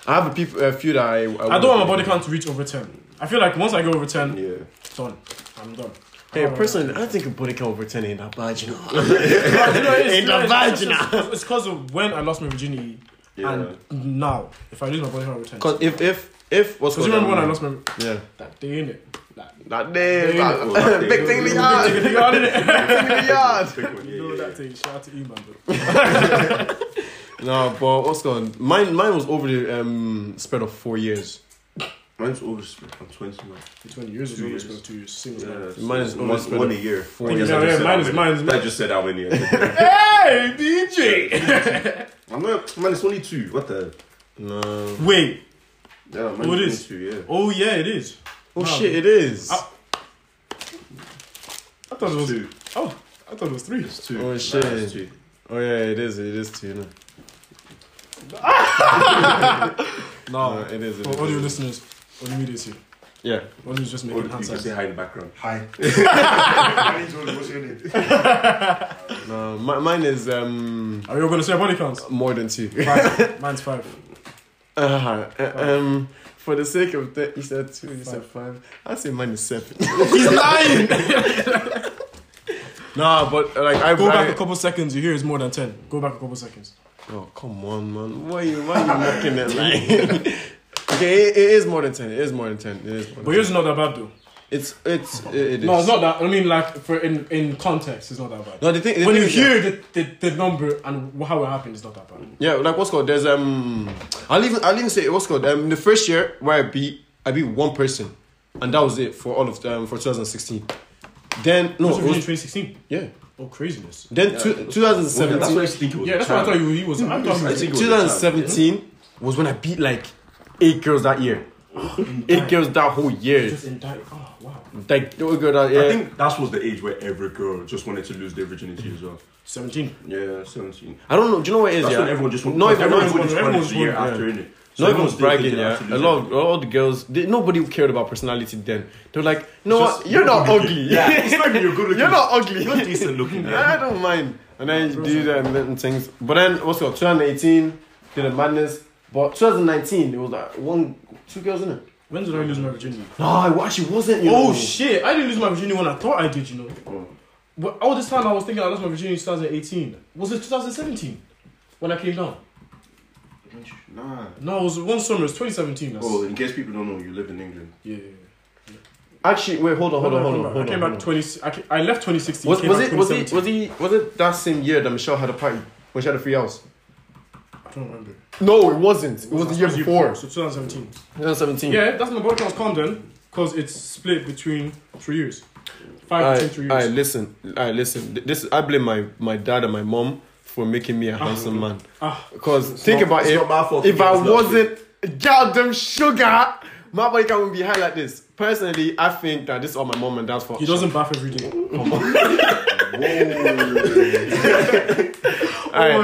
[SPEAKER 1] I have a, peop a few that I. I,
[SPEAKER 3] I
[SPEAKER 1] wouldn't-
[SPEAKER 3] don't want my body count to reach over 10. I feel like once I go over 10,
[SPEAKER 2] Yeah.
[SPEAKER 3] it's done. I'm done.
[SPEAKER 1] Hey,
[SPEAKER 3] Oh,
[SPEAKER 1] personally, I don't think a body count over 10 ain't that bad, you know.
[SPEAKER 3] you know, it's,
[SPEAKER 1] In
[SPEAKER 3] no,
[SPEAKER 1] the
[SPEAKER 3] it's-
[SPEAKER 1] vagina.
[SPEAKER 3] it's- It's because of when I lost my virginity and now. If I lose my body count over 10. Because
[SPEAKER 1] Cause if if if what's
[SPEAKER 3] you
[SPEAKER 1] called,
[SPEAKER 3] remember when I
[SPEAKER 1] um,
[SPEAKER 3] lost my.
[SPEAKER 1] yeah
[SPEAKER 3] That day, innit? Like,
[SPEAKER 1] that day
[SPEAKER 3] Yeah,
[SPEAKER 1] that-
[SPEAKER 2] oh, that day.
[SPEAKER 1] big thing in the yard
[SPEAKER 3] take it out, innit?
[SPEAKER 1] big thing in the yard
[SPEAKER 2] Pick one, yeah,
[SPEAKER 3] You know
[SPEAKER 2] yeah,
[SPEAKER 3] that
[SPEAKER 2] yeah.
[SPEAKER 3] thing. Shout out to E, E-Man, bro.
[SPEAKER 1] no but what's called mine mine was over the um spread of four years
[SPEAKER 2] Mine's over. I'm twenty now.
[SPEAKER 3] For 20 years is
[SPEAKER 2] Two years.
[SPEAKER 3] always going to two years. Same as mine.
[SPEAKER 2] Yeah,
[SPEAKER 1] Mine is
[SPEAKER 2] one,
[SPEAKER 1] always
[SPEAKER 2] one a
[SPEAKER 1] better.
[SPEAKER 2] year.
[SPEAKER 1] Four
[SPEAKER 2] I
[SPEAKER 3] years.
[SPEAKER 2] guess I
[SPEAKER 3] Yeah,
[SPEAKER 2] just said
[SPEAKER 3] yeah, mine
[SPEAKER 2] how
[SPEAKER 3] is-
[SPEAKER 2] many.
[SPEAKER 3] mine is-
[SPEAKER 2] I just said how many. I'm
[SPEAKER 3] Hey, DJ!
[SPEAKER 2] not. Man, it's only two. What the?
[SPEAKER 1] no
[SPEAKER 3] Wait.
[SPEAKER 2] Yeah, mine's
[SPEAKER 3] What
[SPEAKER 2] only
[SPEAKER 3] is-
[SPEAKER 2] two. Yeah.
[SPEAKER 3] Oh, yeah, it is.
[SPEAKER 1] oh
[SPEAKER 3] Nah,
[SPEAKER 1] shit it is
[SPEAKER 3] I- thought it was
[SPEAKER 2] two.
[SPEAKER 3] Oh, I thought it was three.
[SPEAKER 2] It's two.
[SPEAKER 1] Oh,
[SPEAKER 2] Nah,
[SPEAKER 1] shit.
[SPEAKER 2] it's two.
[SPEAKER 1] Oh yeah, it is. It is too. No,
[SPEAKER 3] No.
[SPEAKER 1] No, it is. It
[SPEAKER 3] For
[SPEAKER 1] is.
[SPEAKER 3] audio listeners, Olumide is here.
[SPEAKER 1] Yeah.
[SPEAKER 3] Olumide is just
[SPEAKER 2] Or
[SPEAKER 3] making
[SPEAKER 2] you can
[SPEAKER 3] hand
[SPEAKER 2] say
[SPEAKER 3] signs.
[SPEAKER 2] hi in the background.
[SPEAKER 4] Hi. My name's Oli, What's your name?
[SPEAKER 1] No, mi- mine is um
[SPEAKER 3] Are you all gonna say body counts?
[SPEAKER 1] more than two.
[SPEAKER 3] Five. Mine's five.
[SPEAKER 1] Uh-huh. Uh, um, for the sake of that, you said two, you said five. I say mine is seven. He's lying. nah, but uh, like I
[SPEAKER 3] Go back
[SPEAKER 1] I-
[SPEAKER 3] a couple seconds. You hear it's more than ten. Go back a couple seconds.
[SPEAKER 1] Oh come on, man! Why you why you looking at me? okay, it, it is more than ten. It is more than ten. It is. More
[SPEAKER 3] But
[SPEAKER 1] than 10.
[SPEAKER 3] yours is not that bad though.
[SPEAKER 1] It's it's it, it is.
[SPEAKER 3] No, it's not that. I mean, like for in in context, it's not that bad.
[SPEAKER 1] No, the thing. the
[SPEAKER 3] when you
[SPEAKER 1] thing is that-
[SPEAKER 3] hear the, the, the number and how it happened, it's not that bad.
[SPEAKER 1] Yeah, like what's called? There's um, I'll even I'll even say it, what's called. Um, the first year where I beat, I beat one person, and that was it for all of um for 2016. Then no,
[SPEAKER 3] It was
[SPEAKER 1] it was,
[SPEAKER 3] 2016.
[SPEAKER 1] yeah.
[SPEAKER 3] Oh, craziness.
[SPEAKER 1] Then two,
[SPEAKER 2] Yeah,
[SPEAKER 1] 2017.
[SPEAKER 2] that's why I think it was
[SPEAKER 3] Yeah,
[SPEAKER 2] a
[SPEAKER 3] that's what I
[SPEAKER 2] child.
[SPEAKER 3] thought you he was. I thought he
[SPEAKER 2] I
[SPEAKER 3] was.
[SPEAKER 2] think it was a child.
[SPEAKER 1] 2017 was when I beat like eight girls that year. eight girls that whole year.
[SPEAKER 3] Just in die. Oh wow.
[SPEAKER 1] Like the girl that year.
[SPEAKER 2] I think that was the age where every girl just wanted to lose their virginity as well.
[SPEAKER 3] 17.
[SPEAKER 2] Yeah, 17.
[SPEAKER 1] I don't know. Do you know what it is?
[SPEAKER 2] That's
[SPEAKER 1] yeah?
[SPEAKER 2] when everyone just
[SPEAKER 1] no, everyone,
[SPEAKER 2] everyone, everyone,
[SPEAKER 3] everyone-
[SPEAKER 2] just wanted
[SPEAKER 3] everyone's
[SPEAKER 2] the year
[SPEAKER 3] one,
[SPEAKER 2] after, innit? So
[SPEAKER 1] no, everyone's
[SPEAKER 2] everyone's
[SPEAKER 1] bragging.
[SPEAKER 2] thinking
[SPEAKER 1] Yeah,
[SPEAKER 2] after
[SPEAKER 1] a
[SPEAKER 2] losing
[SPEAKER 1] lot of
[SPEAKER 2] everything.
[SPEAKER 1] all the girls. They, nobody cared about personality then. They were like, no,
[SPEAKER 2] It's just-
[SPEAKER 1] what? you're not
[SPEAKER 2] good
[SPEAKER 1] ugly.
[SPEAKER 2] looking. Yeah, it's not even you're good looking.
[SPEAKER 1] You're not ugly.
[SPEAKER 2] You're decent looking.
[SPEAKER 1] I
[SPEAKER 2] Yeah.
[SPEAKER 1] don't mind. And then you do that and then things. But then what's it called? 2018 did a madness. But 2019, it was like one, two girls in it.
[SPEAKER 3] When did I lose my virginity?
[SPEAKER 1] No, it actually wasn't. You
[SPEAKER 3] Oh
[SPEAKER 1] know.
[SPEAKER 3] shit! I didn't lose my virginity when I thought I did. You know. But all this time I was thinking I lost my virginity in 2018. Was it 2017 when I came down?
[SPEAKER 2] Nah.
[SPEAKER 3] No, it was one summer. It's 2017. That's,
[SPEAKER 2] Oh, in case people don't know, you live in England.
[SPEAKER 3] yeah. yeah, yeah.
[SPEAKER 1] Actually, wait, hold on, hold on,
[SPEAKER 3] I
[SPEAKER 1] hold
[SPEAKER 3] came
[SPEAKER 1] on,
[SPEAKER 3] back-
[SPEAKER 1] hold
[SPEAKER 3] I came
[SPEAKER 1] on.
[SPEAKER 3] back 20. I, ca- I left 2016.
[SPEAKER 1] Was,
[SPEAKER 3] came
[SPEAKER 1] was
[SPEAKER 3] back
[SPEAKER 1] it was it
[SPEAKER 3] 2017.
[SPEAKER 1] was he was it that same year that Michelle had a party when she had a free house?
[SPEAKER 3] I don't remember.
[SPEAKER 1] No, it wasn't. It was the year before. Mm.
[SPEAKER 3] So 2017.
[SPEAKER 1] 2017.
[SPEAKER 3] Yeah, that's my podcast calm then, because it's split between three years. Five between three years.
[SPEAKER 1] I listen. I listen. Th- This I blame my my dad and my mom for making me a handsome man.
[SPEAKER 3] Ah.
[SPEAKER 1] Because think
[SPEAKER 2] not-
[SPEAKER 1] about
[SPEAKER 2] it's
[SPEAKER 1] it.
[SPEAKER 2] not my fault
[SPEAKER 1] if
[SPEAKER 2] to
[SPEAKER 1] I
[SPEAKER 2] be honest,
[SPEAKER 1] wasn't goddamn sugar, my body can be high like this. Personally, I think that this is all my mom and dad's fault.
[SPEAKER 3] he doesn't bath every day.
[SPEAKER 1] Alright,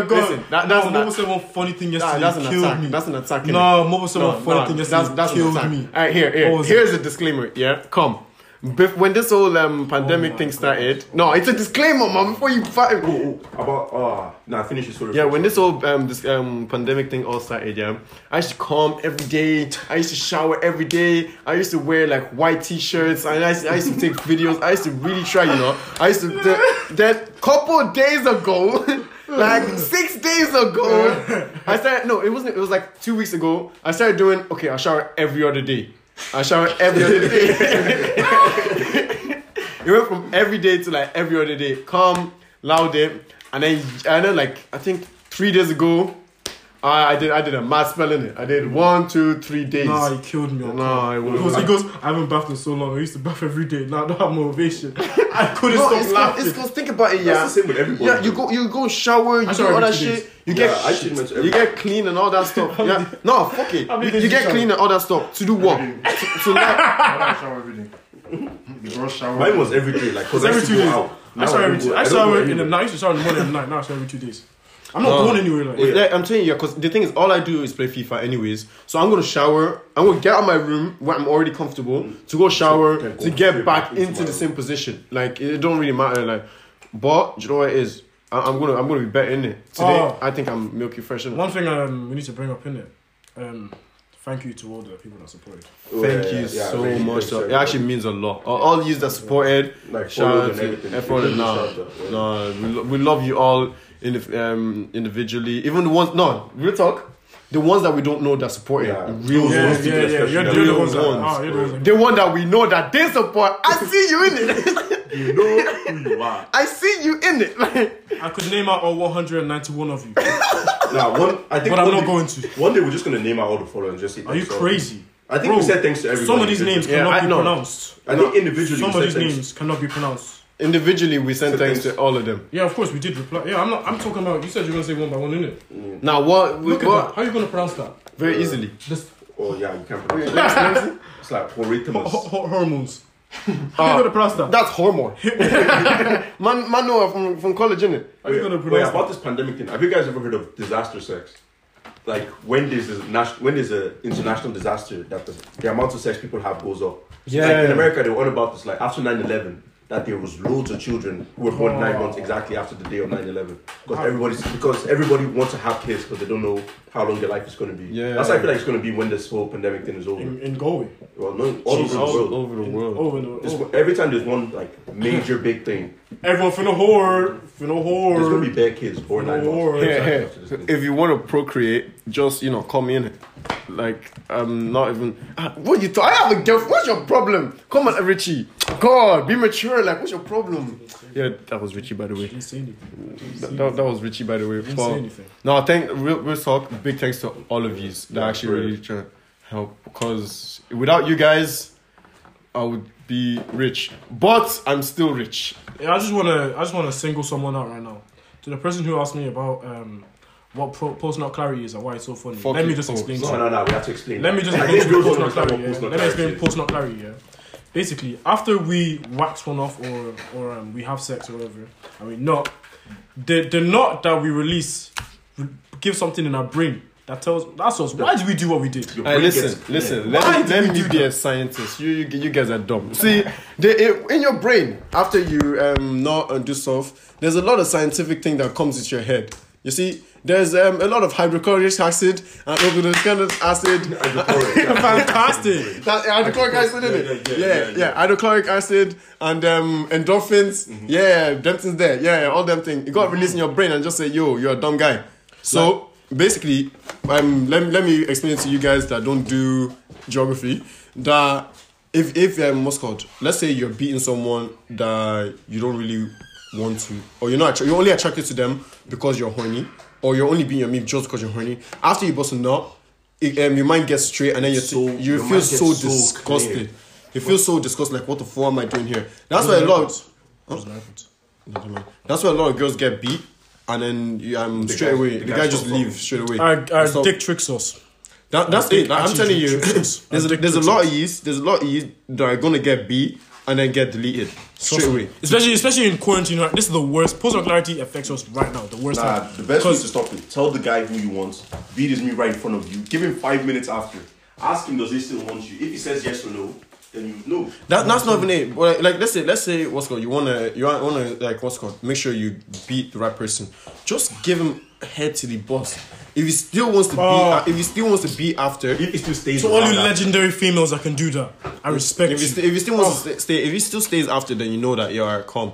[SPEAKER 1] Listen, that, that's
[SPEAKER 3] Oh no,
[SPEAKER 1] not.
[SPEAKER 3] Mobo said one funny thing
[SPEAKER 1] Nah,
[SPEAKER 3] yesterday.
[SPEAKER 1] that's an
[SPEAKER 3] killed
[SPEAKER 1] attack.
[SPEAKER 3] me.
[SPEAKER 1] That's an attack. innit?
[SPEAKER 3] no, Mobo said one funny
[SPEAKER 1] no,
[SPEAKER 3] thing yesterday.
[SPEAKER 1] an
[SPEAKER 3] killed
[SPEAKER 1] attack.
[SPEAKER 3] me.
[SPEAKER 1] All right, here,
[SPEAKER 3] What
[SPEAKER 1] here,
[SPEAKER 3] was
[SPEAKER 1] here's a disclaimer. Yeah, come. Bef- when this whole um, pandemic
[SPEAKER 3] my
[SPEAKER 1] thing started, no, it's a disclaimer, man. Before you fight,
[SPEAKER 2] Oh, about ah, nah, finish this story.
[SPEAKER 1] yeah,
[SPEAKER 2] first.
[SPEAKER 1] when this whole um, this um, pandemic thing all started, yeah, I used to come every day. I used to shower every day. I used to wear like white t-shirts, and I used, I used to take videos. I used to really try, you know. I used to the, that couple days ago, like six days ago, I started. No, it wasn't. It was like two weeks ago. I started doing. Okay, I shower every other day. I shower every other day. It went from every day to like every other day. Calm, loud it, and then and then like I think three days ago, I, I did I did a math spelling it. I did one, two, three days.
[SPEAKER 3] Nah, he killed me. on
[SPEAKER 1] No,
[SPEAKER 3] call.
[SPEAKER 1] I
[SPEAKER 3] He goes, he
[SPEAKER 1] won't.
[SPEAKER 3] goes, I haven't bathed in so long. I used to bath every day. Now I don't have motivation. I couldn't
[SPEAKER 1] No,
[SPEAKER 3] stop
[SPEAKER 1] it's 'cause-
[SPEAKER 3] laughing.
[SPEAKER 1] it's because think about it, yeah.
[SPEAKER 2] That's the same with everybody.
[SPEAKER 1] Yeah, you go, you go shower, you do
[SPEAKER 3] shower
[SPEAKER 1] all that
[SPEAKER 3] every two
[SPEAKER 1] shit.
[SPEAKER 3] days.
[SPEAKER 1] You
[SPEAKER 2] Yeah, I
[SPEAKER 1] get,
[SPEAKER 2] pretty much
[SPEAKER 1] shit,
[SPEAKER 2] every-
[SPEAKER 1] you get clean and all that stuff. Yeah, no, fuck it.
[SPEAKER 3] many
[SPEAKER 1] You,
[SPEAKER 3] days
[SPEAKER 1] you
[SPEAKER 3] you
[SPEAKER 1] get
[SPEAKER 3] shower?
[SPEAKER 1] clean and all that stuff to do what?
[SPEAKER 4] Every
[SPEAKER 1] to, to like,
[SPEAKER 4] I don't shower every day. The girls shower.
[SPEAKER 2] Mine was every day, like, cause I
[SPEAKER 3] every
[SPEAKER 2] used to
[SPEAKER 3] two
[SPEAKER 2] go
[SPEAKER 3] days.
[SPEAKER 2] out.
[SPEAKER 3] I
[SPEAKER 2] Now
[SPEAKER 3] shower every
[SPEAKER 2] don't
[SPEAKER 3] two.
[SPEAKER 2] go-
[SPEAKER 3] I
[SPEAKER 2] don't
[SPEAKER 3] shower
[SPEAKER 2] go
[SPEAKER 3] in the
[SPEAKER 2] anywhere.
[SPEAKER 3] night. I used to shower in the morning and the night. Now I shower every two days. I'm not going anywhere. Like,
[SPEAKER 1] It's like- I'm telling you, because the thing is, all I do is play FIFA, anyways. So I'm gonna shower. I'm gonna get out of my room where I'm already comfortable to go shower
[SPEAKER 2] then go
[SPEAKER 1] to get
[SPEAKER 2] straight
[SPEAKER 1] back
[SPEAKER 2] back into
[SPEAKER 1] into
[SPEAKER 2] my
[SPEAKER 1] the
[SPEAKER 2] room.
[SPEAKER 1] same position. Like it don't really matter. Like, but you know what it is. I- I'm gonna I'm gonna be better in it today.
[SPEAKER 3] Oh.
[SPEAKER 1] I think I'm milky fresh. innit?
[SPEAKER 3] One thing um, we need to bring up in it. Um, thank you to all the people that supported.
[SPEAKER 2] Oh, yeah,
[SPEAKER 1] Thank
[SPEAKER 2] yeah,
[SPEAKER 1] you
[SPEAKER 2] yeah,
[SPEAKER 1] so
[SPEAKER 2] thank you,
[SPEAKER 1] much.
[SPEAKER 2] thanks,
[SPEAKER 1] sir. it
[SPEAKER 2] everybody.
[SPEAKER 1] actually means a lot. Uh, All you that supported,
[SPEAKER 2] Like,
[SPEAKER 1] shout
[SPEAKER 2] followed
[SPEAKER 1] out
[SPEAKER 2] and everything.
[SPEAKER 1] to everyone.
[SPEAKER 2] Really
[SPEAKER 1] Nah,
[SPEAKER 2] shout out, yeah.
[SPEAKER 1] nah, we, lo- we love you all indiv- um, individually. Even the ones, no, real talk. The ones that we don't know that supported,
[SPEAKER 2] Yeah.
[SPEAKER 1] real
[SPEAKER 2] Yeah,
[SPEAKER 1] ones.
[SPEAKER 2] yeah. especially
[SPEAKER 3] You're,
[SPEAKER 2] the
[SPEAKER 3] you're the
[SPEAKER 1] real
[SPEAKER 3] ones. that-
[SPEAKER 1] ones,
[SPEAKER 3] ah, you're the ones. that-
[SPEAKER 1] The one that we know that they support. I see you in it.
[SPEAKER 2] You know who you are.
[SPEAKER 1] I see you in it. Like,
[SPEAKER 3] I could name out all 191 of you, but
[SPEAKER 2] Nah, one. I think.
[SPEAKER 3] I'm
[SPEAKER 2] one
[SPEAKER 3] not
[SPEAKER 2] day-
[SPEAKER 3] going to.
[SPEAKER 2] One day we're just gonna name out all the followers and just say.
[SPEAKER 3] Are you
[SPEAKER 2] thanks, all.
[SPEAKER 3] crazy?
[SPEAKER 2] I think we said thanks to everyone.
[SPEAKER 3] Some of these names
[SPEAKER 1] Yeah,
[SPEAKER 3] cannot
[SPEAKER 1] I
[SPEAKER 3] be
[SPEAKER 1] know.
[SPEAKER 3] pronounced.
[SPEAKER 2] I think individually. we
[SPEAKER 3] Some of
[SPEAKER 2] said
[SPEAKER 3] these
[SPEAKER 2] thanks.
[SPEAKER 3] names cannot be pronounced.
[SPEAKER 1] individually, we send
[SPEAKER 2] So
[SPEAKER 1] thanks
[SPEAKER 2] thanks.
[SPEAKER 1] to all of them.
[SPEAKER 3] Yeah, of course we did reply. Yeah, I'm not. I'm talking about. You said you're gonna say one by one, innit?
[SPEAKER 1] Now, what?
[SPEAKER 3] Look at that.
[SPEAKER 1] what
[SPEAKER 3] How are you gonna pronounce that?
[SPEAKER 1] very easily.
[SPEAKER 3] This
[SPEAKER 2] Oh yeah, you can't pronounce it. It's like horritus.
[SPEAKER 3] ho- ho- hormones.
[SPEAKER 2] Ah.
[SPEAKER 3] You're gonna pronounce that.
[SPEAKER 1] That's hormone. man, man, no, from from college, innit?
[SPEAKER 3] How you
[SPEAKER 2] Wait,
[SPEAKER 3] gonna
[SPEAKER 2] wait,
[SPEAKER 3] pronounce
[SPEAKER 2] about
[SPEAKER 3] that?
[SPEAKER 2] this pandemic thing, have you guys ever heard of disaster sex? Like when there's a nas- when there's a international disaster that the, the amount of sex people have goes up.
[SPEAKER 3] Yeah.
[SPEAKER 2] Like in America they were on about this like after 9-11 that there was loads of children who were born nine months exactly after the day of 9-11. Because everybody's because everybody wants to have kids because they don't know how long their life is gonna be.
[SPEAKER 1] Yeah.
[SPEAKER 2] That's how I feel like it's gonna be when this whole pandemic thing is over.
[SPEAKER 3] In, in Galway.
[SPEAKER 2] Well no all over the world.
[SPEAKER 1] over the world.
[SPEAKER 3] Mm. Oh, in the,
[SPEAKER 2] This-
[SPEAKER 3] oh.
[SPEAKER 2] every time there's one like major big thing,
[SPEAKER 3] Everyone finna whore. Finna
[SPEAKER 2] there's gonna be
[SPEAKER 3] whore.
[SPEAKER 2] bad kids born nine
[SPEAKER 3] Or-
[SPEAKER 2] months. exactly after this thing.
[SPEAKER 1] if you want to procreate, just you know, come in. Like I'm not even. Ah, What you? Th- I have a girlfriend. What's your problem? Come on, Richie. God, be mature. Like, what's your problem? Yeah, that was Richie, by the way.
[SPEAKER 3] Didn't say anything.
[SPEAKER 1] That, that, that was Richie, by the way.
[SPEAKER 3] Didn't
[SPEAKER 1] for-
[SPEAKER 3] say anything.
[SPEAKER 1] No, thank real, real talk. Big thanks to all of yous that
[SPEAKER 2] Yeah,
[SPEAKER 1] actually
[SPEAKER 2] for real.
[SPEAKER 1] really trying to help because without you guys, I would be rich. But I'm still rich.
[SPEAKER 3] Yeah, I just wanna I just wanna single someone out right now. To the person who asked me about um what pro- post not clarity is and why it's so funny.
[SPEAKER 1] Fuck
[SPEAKER 3] Let me
[SPEAKER 1] you,
[SPEAKER 3] just
[SPEAKER 1] folks.
[SPEAKER 3] explain. to
[SPEAKER 2] No,
[SPEAKER 3] you.
[SPEAKER 2] no, no. We have to explain.
[SPEAKER 3] Let me just
[SPEAKER 2] I
[SPEAKER 3] explain
[SPEAKER 2] think girls
[SPEAKER 3] post
[SPEAKER 2] don't
[SPEAKER 3] not
[SPEAKER 2] understand what
[SPEAKER 3] clarity. Yeah?
[SPEAKER 2] post not
[SPEAKER 3] Let me explain
[SPEAKER 2] clarity is.
[SPEAKER 3] post not clarity. Yeah. Basically, after we wax one off or or um, we have sex or whatever, and we not the the knot that we release re- gives something in our brain that tells that's us why did we do what we did.
[SPEAKER 2] Your
[SPEAKER 1] Hey,
[SPEAKER 2] brain
[SPEAKER 1] listen,
[SPEAKER 2] gets-
[SPEAKER 1] listen.
[SPEAKER 3] Why
[SPEAKER 1] Let,
[SPEAKER 3] did
[SPEAKER 1] let
[SPEAKER 3] we
[SPEAKER 1] me
[SPEAKER 3] do
[SPEAKER 1] be
[SPEAKER 3] that?
[SPEAKER 1] a scientist. You, you, you guys are dumb. See, they, it, in your brain, after you um not uh, do stuff, there's a lot of scientific thing that comes into your head. You see, there's um, a lot of hydrochloric acid and obenoxenic acid.
[SPEAKER 2] Hydrochloric, yeah.
[SPEAKER 3] Fantastic.
[SPEAKER 1] That, uh, hydrochloric acid, isn't
[SPEAKER 2] yeah,
[SPEAKER 1] it?
[SPEAKER 2] yeah, yeah, yeah. Mm-hmm.
[SPEAKER 1] Hydrochloric acid and um, endorphins. Yeah, them things there. Yeah, yeah, all them things. It got released in your brain and just say, yo, you're a dumb guy. So basically, um, let, me- let me explain to you guys that don't do geography that if, if um, what's called, let's say you're beating someone that you don't really want to, or you're not, attra- you're only attracted to them because you're horny, or you're only being your meat just because you're horny. After you bust a nut, it, um, your mind gets straight and then you
[SPEAKER 2] So- your
[SPEAKER 1] you
[SPEAKER 2] mind
[SPEAKER 1] feel
[SPEAKER 2] gets
[SPEAKER 1] so,
[SPEAKER 2] so
[SPEAKER 1] disgusted.
[SPEAKER 2] clear.
[SPEAKER 1] You feel so disgusted. Like, what the fuck am I doing here? That's why a lot. Never mind. That's why a lot of girls get beat, and then you, um, straight
[SPEAKER 2] guy-
[SPEAKER 1] away
[SPEAKER 2] the
[SPEAKER 1] the,
[SPEAKER 2] guy
[SPEAKER 1] guy just
[SPEAKER 2] stops
[SPEAKER 1] leaves
[SPEAKER 2] talking.
[SPEAKER 1] straight away.
[SPEAKER 3] Our, our
[SPEAKER 1] Stop.
[SPEAKER 3] dick tricks us.
[SPEAKER 1] That, that's
[SPEAKER 3] dick
[SPEAKER 1] it. Like, I'm
[SPEAKER 3] actually
[SPEAKER 1] telling you,
[SPEAKER 3] tricks us.
[SPEAKER 1] there's
[SPEAKER 3] Our
[SPEAKER 1] a,
[SPEAKER 3] dick
[SPEAKER 1] there's a
[SPEAKER 3] tricks
[SPEAKER 1] lot of yeast. There's a lot of yeast that are gonna get beat and then get deleted straight away.
[SPEAKER 3] Especially, especially in quarantine, right? This is the worst. Post clarity affects us right now. The worst.
[SPEAKER 2] Nah,
[SPEAKER 3] time.
[SPEAKER 2] the best way to
[SPEAKER 3] Because-
[SPEAKER 2] stop it. Tell the guy who you want. Beat is me right in front of you. Give him five minutes after. Ask him does he still want you. If he says yes or no, then you know.
[SPEAKER 1] That, that's not even it. But like, like, let's say, let's say, what's called, you wanna, you wanna, like, what's called, make sure you beat the right person. Just give him head to the boss. If he still wants to
[SPEAKER 3] Oh.
[SPEAKER 1] be, if he still wants to be after, if
[SPEAKER 2] If he still stays.
[SPEAKER 3] To all you
[SPEAKER 2] around after-
[SPEAKER 3] legendary females that can do that, I respect
[SPEAKER 1] he,
[SPEAKER 3] you. Oh.
[SPEAKER 1] st- if he still wants to stay, if he still stays after, then you know that you're calm.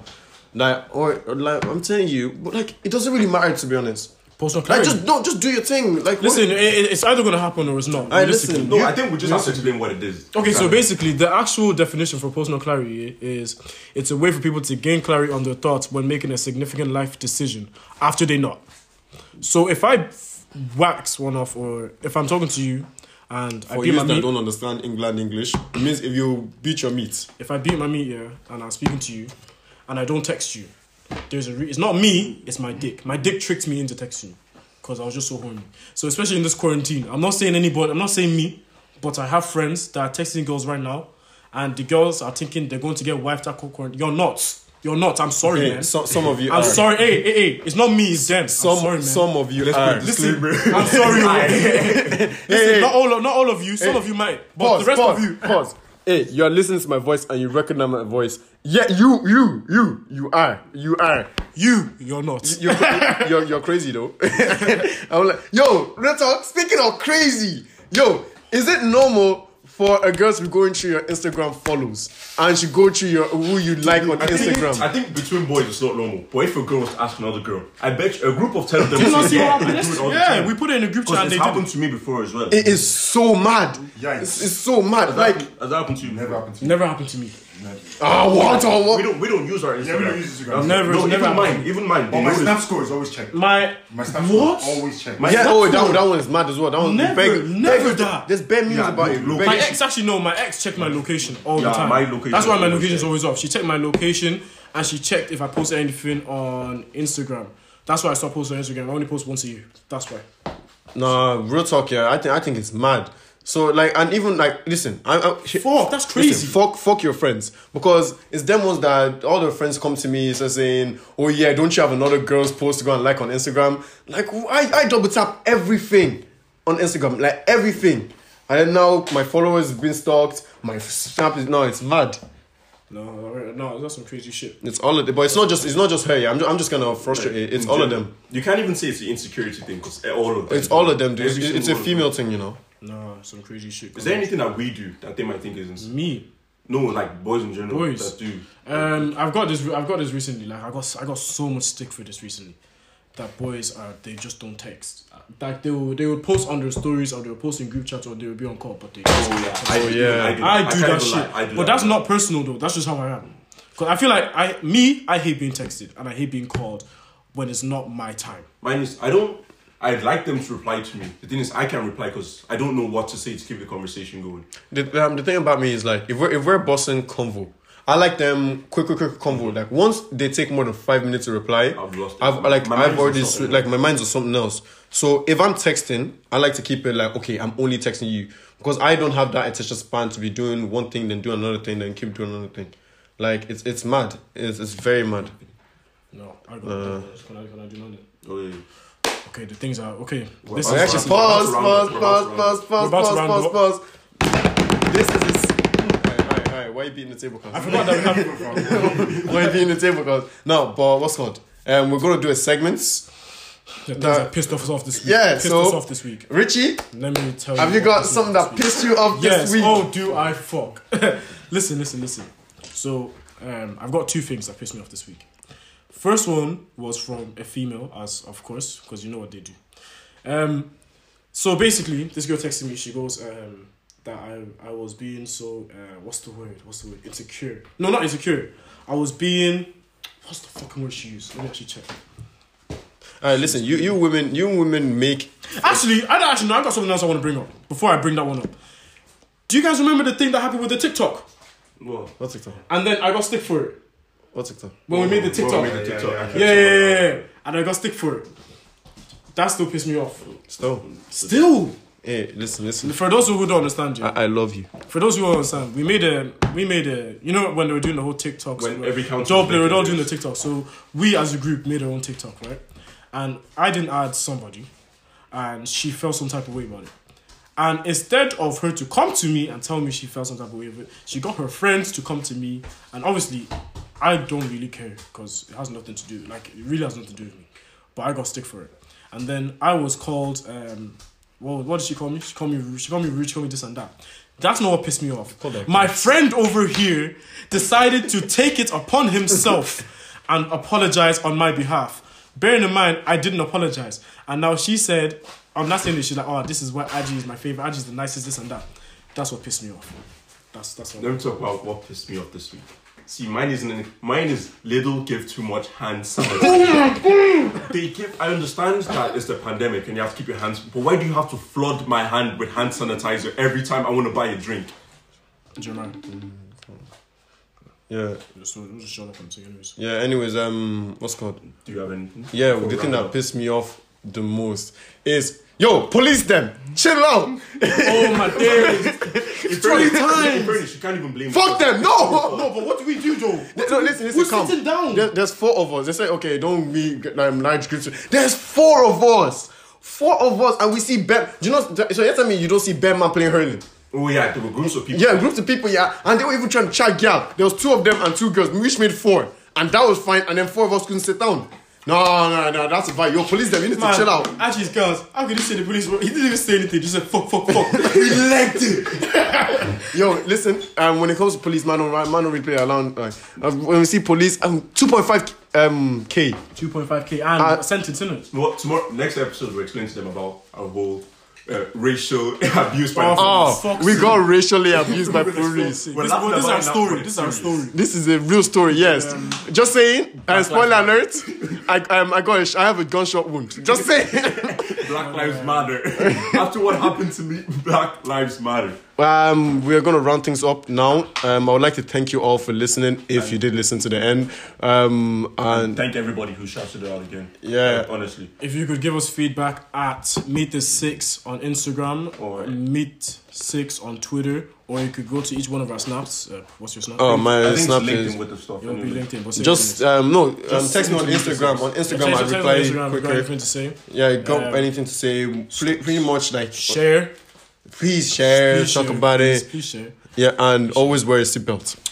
[SPEAKER 1] Like, or, or like, I'm telling you, but like, it doesn't really matter to be honest.
[SPEAKER 3] Post not
[SPEAKER 1] Like,
[SPEAKER 3] clarity.
[SPEAKER 1] just don't, just do your thing. Like,
[SPEAKER 3] listen,
[SPEAKER 1] what-
[SPEAKER 3] it, it- it's either gonna happen or it's not.
[SPEAKER 1] Alright,
[SPEAKER 3] realistically.
[SPEAKER 1] listen.
[SPEAKER 2] No, I think we just have to explain what it is.
[SPEAKER 3] Okay, so basically, the actual definition for personal clarity is it's a way for people to gain clarity on their thoughts when making a significant life decision after they not. So if I wax one off, or if I'm talking to you, and I
[SPEAKER 1] for
[SPEAKER 3] beat
[SPEAKER 1] you
[SPEAKER 3] my
[SPEAKER 1] that
[SPEAKER 3] meat,
[SPEAKER 1] don't understand England English, it means if you beat your meat,
[SPEAKER 3] if I beat my meat, yeah, and I'm speaking to you, and I don't text you, there's a re- it's not me, it's my dick. My dick tricked me into texting you because I was just so horny. So especially in this quarantine, I'm not saying anybody, I'm not saying me, but I have friends that are texting girls right now, and the girls are thinking they're going to get wifed at quarantine. You're not. You're not. I'm sorry,
[SPEAKER 1] hey,
[SPEAKER 3] man.
[SPEAKER 1] so, some of you,
[SPEAKER 3] I'm
[SPEAKER 1] are.
[SPEAKER 3] sorry. Hey, hey, hey. It's not me. It's them.
[SPEAKER 1] Some,
[SPEAKER 3] I'm sorry, man.
[SPEAKER 1] some of you
[SPEAKER 2] Let's put
[SPEAKER 1] are.
[SPEAKER 2] a
[SPEAKER 3] Listen,
[SPEAKER 2] disclaimer.
[SPEAKER 3] I'm sorry. man. Listen,
[SPEAKER 1] hey.
[SPEAKER 3] not all, of, not all of you. Some of you might, but the rest
[SPEAKER 1] pause,
[SPEAKER 3] of you.
[SPEAKER 1] Pause. Hey, you're listening to my voice and you recognize my voice. Yeah, you, you, you, you are, you are.
[SPEAKER 3] You, you're not.
[SPEAKER 1] You're, you're, you're crazy though. I'm like, yo, real talk. Speaking of crazy, yo, is it normal for a girl to be going through your Instagram follows and she go through your who you like on
[SPEAKER 2] I think, I
[SPEAKER 1] Instagram?
[SPEAKER 2] think between boys it's not normal. But if a girl was to ask another girl, I bet you a group of ten of them.
[SPEAKER 3] Did you not
[SPEAKER 2] would say,
[SPEAKER 3] see what
[SPEAKER 2] they
[SPEAKER 3] happened?
[SPEAKER 2] do it all the
[SPEAKER 3] yeah,
[SPEAKER 2] time."
[SPEAKER 3] we put it in a group chat
[SPEAKER 2] Because
[SPEAKER 3] and
[SPEAKER 2] it's
[SPEAKER 3] they did.
[SPEAKER 2] happened to me before as well.
[SPEAKER 1] It is so mad.
[SPEAKER 4] Yikes.
[SPEAKER 1] It's, it's so mad.
[SPEAKER 2] Has that
[SPEAKER 1] Like,
[SPEAKER 2] happened- has that happened to you?
[SPEAKER 4] Never happened to me.
[SPEAKER 3] Never happened to me.
[SPEAKER 1] ah, what on
[SPEAKER 2] We
[SPEAKER 1] what?
[SPEAKER 2] don't. We don't use our Instagram.
[SPEAKER 4] Yeah, we don't use Instagram.
[SPEAKER 3] Never-
[SPEAKER 2] No,
[SPEAKER 3] never
[SPEAKER 2] even
[SPEAKER 3] happened.
[SPEAKER 2] mine. Even mine.
[SPEAKER 4] But my
[SPEAKER 2] They
[SPEAKER 4] snap
[SPEAKER 2] notice.
[SPEAKER 4] score is always checked.
[SPEAKER 3] My
[SPEAKER 4] My snap score
[SPEAKER 3] what?
[SPEAKER 4] is always checked.
[SPEAKER 2] My
[SPEAKER 1] Yeah,
[SPEAKER 2] snap
[SPEAKER 1] oh, that, that one is mad as well. That one
[SPEAKER 3] Never, never that.
[SPEAKER 1] There's bare memes
[SPEAKER 2] Yeah,
[SPEAKER 1] about
[SPEAKER 2] no,
[SPEAKER 1] it.
[SPEAKER 2] look.
[SPEAKER 1] Bare-
[SPEAKER 3] my ex actually no. My ex checked my location all
[SPEAKER 2] Yeah,
[SPEAKER 3] the time.
[SPEAKER 2] my location
[SPEAKER 3] That's why my
[SPEAKER 2] always
[SPEAKER 3] location is
[SPEAKER 2] checked.
[SPEAKER 3] always off. She checked my location and she checked if I posted anything on Instagram. That's why I stopped posting on Instagram. I only post once a year. That's why.
[SPEAKER 1] Nah, real talk, yeah. I think I think it's mad. So like, and even like, listen, I, I
[SPEAKER 3] Fuck, that's
[SPEAKER 1] listen,
[SPEAKER 3] crazy.
[SPEAKER 1] fuck, fuck your friends because it's them ones that all their friends come to me so saying, oh yeah, don't you have another girl's post to go and like on Instagram? Like I, I double tap everything on Instagram, like everything. And then now my followers been stalked. My snap is no, it's mad.
[SPEAKER 3] No, alright, no, that's some crazy shit.
[SPEAKER 1] It's all of it, but it's not just it's not just her. Yeah, I'm just, I'm just gonna frustrate. it. It's
[SPEAKER 2] In
[SPEAKER 1] all of
[SPEAKER 2] general.
[SPEAKER 1] them.
[SPEAKER 2] You can't even say it's the insecurity thing because all of them.
[SPEAKER 1] It's all of them, dude. It's,
[SPEAKER 2] Every
[SPEAKER 1] it's a
[SPEAKER 2] single one of
[SPEAKER 1] female
[SPEAKER 2] them.
[SPEAKER 1] thing, you know.
[SPEAKER 3] No, some crazy shit.
[SPEAKER 2] Is there anything that we do that they might think is insecure?
[SPEAKER 3] me?
[SPEAKER 2] No, like boys in general
[SPEAKER 3] Boys.
[SPEAKER 2] that do.
[SPEAKER 1] Oh,
[SPEAKER 3] Um, I've got this. I've got this recently. Like I got, I got so much stick for this recently. That boys are they just don't text. Like they will, they would post on their stories or they would post in group chats or they would be on call, but they.
[SPEAKER 2] Oh yeah, I do,
[SPEAKER 1] yeah.
[SPEAKER 2] I do,
[SPEAKER 3] I do
[SPEAKER 2] can't
[SPEAKER 3] that
[SPEAKER 2] even
[SPEAKER 3] shit,
[SPEAKER 2] lie, I do
[SPEAKER 3] but
[SPEAKER 2] that.
[SPEAKER 3] that's not personal though. That's just how I am. Cause I feel like I, me, I hate being texted and I hate being called when it's not my time.
[SPEAKER 2] Mine is I don't. I'd like them to reply to me. The thing is, I can't reply because I don't know what to say to keep the conversation going.
[SPEAKER 1] The, um, the thing about me is like if we're if we're bossing convo, I like them quick, quick, quick convo. Like once they take more than five minutes to reply,
[SPEAKER 2] I've lost it.
[SPEAKER 1] I've like
[SPEAKER 2] My mind's
[SPEAKER 1] I've
[SPEAKER 2] on
[SPEAKER 1] already
[SPEAKER 2] something
[SPEAKER 1] swi- like my mind's on something else. So if I'm texting, I like to keep it like okay, I'm only texting you because I don't have that attention span to be doing one thing, then do another thing, then keep doing another thing. Like it's it's mad. It's it's very mad.
[SPEAKER 3] No, I got.
[SPEAKER 1] Uh.
[SPEAKER 3] can I, can I do nothing?
[SPEAKER 2] Oh, yeah.
[SPEAKER 3] Okay, the things are okay.
[SPEAKER 2] Well,
[SPEAKER 3] this
[SPEAKER 2] I
[SPEAKER 1] Oh,
[SPEAKER 3] is
[SPEAKER 1] actually,
[SPEAKER 2] We're about to
[SPEAKER 1] pause,
[SPEAKER 2] round
[SPEAKER 1] pause,
[SPEAKER 2] up, we're
[SPEAKER 1] pause,
[SPEAKER 2] about to
[SPEAKER 1] pause, pause,
[SPEAKER 3] round up. We're
[SPEAKER 1] pause,
[SPEAKER 3] about to
[SPEAKER 1] pause, pause. This is. This. Alright, alright, alright. Why are you beating the table? Cause?
[SPEAKER 3] I forgot that we have.
[SPEAKER 1] Why are you beating the table? Cause no, but what's called? Um, we're gonna do a segments.
[SPEAKER 3] The things
[SPEAKER 1] That-
[SPEAKER 3] that pissed us off this week.
[SPEAKER 1] Yeah,
[SPEAKER 3] pissed
[SPEAKER 1] so-
[SPEAKER 3] us off this week.
[SPEAKER 1] Richie,
[SPEAKER 3] Let me tell you.
[SPEAKER 1] have you
[SPEAKER 3] what
[SPEAKER 1] got
[SPEAKER 3] pissed us
[SPEAKER 1] something
[SPEAKER 3] off
[SPEAKER 1] that pissed
[SPEAKER 3] this week.
[SPEAKER 1] you off
[SPEAKER 3] Yes.
[SPEAKER 1] this week?
[SPEAKER 3] Oh, do I fuck? listen, listen, listen. So, um, I've got two things that pissed me off this week. First one was from a female, as of course, because you know what they do. Um, so basically, this girl texted me. She goes, um, that I I was being so uh, what's the word? What's the word? Insecure. No, not insecure. I was being. What's the fucking word she used? Let me actually check.
[SPEAKER 1] All right, listen, you you women, you women make.
[SPEAKER 3] Actually, I don't actually know. I've got something else I want to bring up before I bring that one up. Do you guys remember the thing that happened with the TikTok?
[SPEAKER 2] Well,
[SPEAKER 1] What's TikTok?
[SPEAKER 3] And then I got stick for it
[SPEAKER 1] What's TikTok?
[SPEAKER 3] when we made the
[SPEAKER 1] Oh,
[SPEAKER 3] TikTok.
[SPEAKER 2] made the TikTok.
[SPEAKER 4] yeah,
[SPEAKER 2] I
[SPEAKER 4] yeah.
[SPEAKER 2] can't
[SPEAKER 3] yeah, yeah,
[SPEAKER 2] remember.
[SPEAKER 3] yeah, yeah. And I got stick for it. That still pissed me off.
[SPEAKER 1] Still.
[SPEAKER 3] Still,
[SPEAKER 1] Hey, listen, listen.
[SPEAKER 3] for those who don't understand,
[SPEAKER 2] Uh,
[SPEAKER 3] yeah,
[SPEAKER 1] I, I love you.
[SPEAKER 3] for those who don't understand, we made a, we made a, you know, when they were doing the whole TikToks,
[SPEAKER 2] When
[SPEAKER 3] we were-
[SPEAKER 2] every council
[SPEAKER 3] job,
[SPEAKER 2] was
[SPEAKER 3] they were
[SPEAKER 2] making
[SPEAKER 3] all doing the
[SPEAKER 2] theirs.
[SPEAKER 3] TikTok. So we as a group made our own TikTok, right? And I didn't add somebody, and she felt some type of way about it. And instead of her to come to me and tell me she felt some type of way, about it, she got her friends to come to me. And obviously, I don't really care because it has nothing to do. Like it really has nothing to do with me. But I got stick for it. And then I was called. Um, well, what did she call me? She called me. rude- She called me rude. She called me this and that. That's not what pissed me off.
[SPEAKER 1] that
[SPEAKER 3] My friend over here decided to take it upon himself and apologize on my behalf. Bearing in mind, I didn't apologize. And now she said, I'm not saying this, she's like, oh, this is why Aji is my favorite. Aji is the nicest, this and that. That's what pissed me off. That's that's what.
[SPEAKER 2] Let me talk about what pissed me off this week. See, mine isn't. Any, mine is little give too much hand sanitizer. they give. I understand that it's the pandemic and you have to keep your hands. But why do you have to flood my hand with hand sanitizer every time I want to buy a drink?
[SPEAKER 3] Do you mind?
[SPEAKER 1] Yeah,
[SPEAKER 3] Just, just shut up and say anyways.
[SPEAKER 1] yeah. Anyways, um, what's called?
[SPEAKER 2] Do you have anything?
[SPEAKER 1] Yeah, the thing that pissed me off the most is yo, police them. Chill out.
[SPEAKER 3] Oh my days!
[SPEAKER 2] It's
[SPEAKER 1] twenty
[SPEAKER 2] times. You can't even blame.
[SPEAKER 1] Fuck them. No.
[SPEAKER 3] No, but what do we do though?
[SPEAKER 1] No, listen, listen,
[SPEAKER 3] We're
[SPEAKER 1] calm.
[SPEAKER 3] sitting down.
[SPEAKER 1] There- there's four of us. They say, okay, don't be um, large groups. There's four of us. Four of us, and we see Ben. Do you know? So you're telling me you don't see Ben man playing hurling?
[SPEAKER 2] Oh yeah, there were groups of people.
[SPEAKER 1] Yeah, groups of people, yeah, and they were even trying to chat gap. There was two of them and two girls, which made four, and that was fine. And then four of us couldn't sit down. No, no, no, that's a vibe. Yo, police them. You need
[SPEAKER 3] Man,
[SPEAKER 1] to chill out.
[SPEAKER 3] Aji's girls, how could you say the police were? He didn't even say anything. Just said fuck, fuck, fuck. he liked it.
[SPEAKER 1] Yo, listen. Um, when it comes to police, man, don't, man, don't really play around. Like, uh, when we see police, um, two point five um k.
[SPEAKER 3] 2.5k and
[SPEAKER 1] Uh,
[SPEAKER 3] a sentence, innit?
[SPEAKER 2] You know what? Tomorrow, next episode, we're explaining to them about our whole uh, racial abuse. by
[SPEAKER 3] Oh,
[SPEAKER 2] the-
[SPEAKER 1] Oh,
[SPEAKER 3] Fuck's
[SPEAKER 1] we
[SPEAKER 3] sake.
[SPEAKER 1] got racially abused by police.
[SPEAKER 3] This,
[SPEAKER 2] We're
[SPEAKER 3] this
[SPEAKER 2] laughing
[SPEAKER 3] is
[SPEAKER 2] about
[SPEAKER 3] our
[SPEAKER 2] it now,
[SPEAKER 3] story.
[SPEAKER 2] but it's
[SPEAKER 3] This is our
[SPEAKER 2] serious.
[SPEAKER 3] story.
[SPEAKER 1] This is a real story, yes. Just saying, uh, spoiler alert, I, um, I got a sh- I have a gunshot wound. Just saying.
[SPEAKER 2] Black Lives Matter. After what happened to me, Black Lives Matter.
[SPEAKER 1] Um, we are going to round things up now. Um, I would like to thank you all for listening. If you did listen to the end, um, and
[SPEAKER 2] Thank everybody who shouted it out again.
[SPEAKER 1] Yeah.
[SPEAKER 2] Like, honestly.
[SPEAKER 3] If you could give us feedback at Meet the Six on Instagram
[SPEAKER 2] Or-
[SPEAKER 3] or Meet Six on Twitter, or you could go to each one of our snaps. Uh, what's your snap?
[SPEAKER 1] oh
[SPEAKER 2] I
[SPEAKER 1] my
[SPEAKER 2] think
[SPEAKER 1] snap
[SPEAKER 2] it's linked
[SPEAKER 1] is
[SPEAKER 2] in with the stuff.
[SPEAKER 3] it will be
[SPEAKER 2] anyway.
[SPEAKER 3] LinkedIn. But same
[SPEAKER 1] just
[SPEAKER 3] thing.
[SPEAKER 1] um, no. Um,
[SPEAKER 3] Just
[SPEAKER 1] text me on
[SPEAKER 3] send it to
[SPEAKER 1] Instagram.
[SPEAKER 3] us.
[SPEAKER 1] On
[SPEAKER 3] Yeah,
[SPEAKER 1] Instagram,
[SPEAKER 3] text-
[SPEAKER 1] I
[SPEAKER 3] text me on
[SPEAKER 1] reply
[SPEAKER 3] Instagram, we got
[SPEAKER 1] quicker.
[SPEAKER 3] anything to say.
[SPEAKER 1] Yeah, got
[SPEAKER 3] Um,
[SPEAKER 1] anything to say? Pretty, pretty much like
[SPEAKER 3] Share.
[SPEAKER 1] please share,
[SPEAKER 3] Please
[SPEAKER 1] talk
[SPEAKER 3] share,
[SPEAKER 1] about
[SPEAKER 3] please,
[SPEAKER 1] it.
[SPEAKER 3] Please share.
[SPEAKER 1] Yeah, and always wear a seatbelt.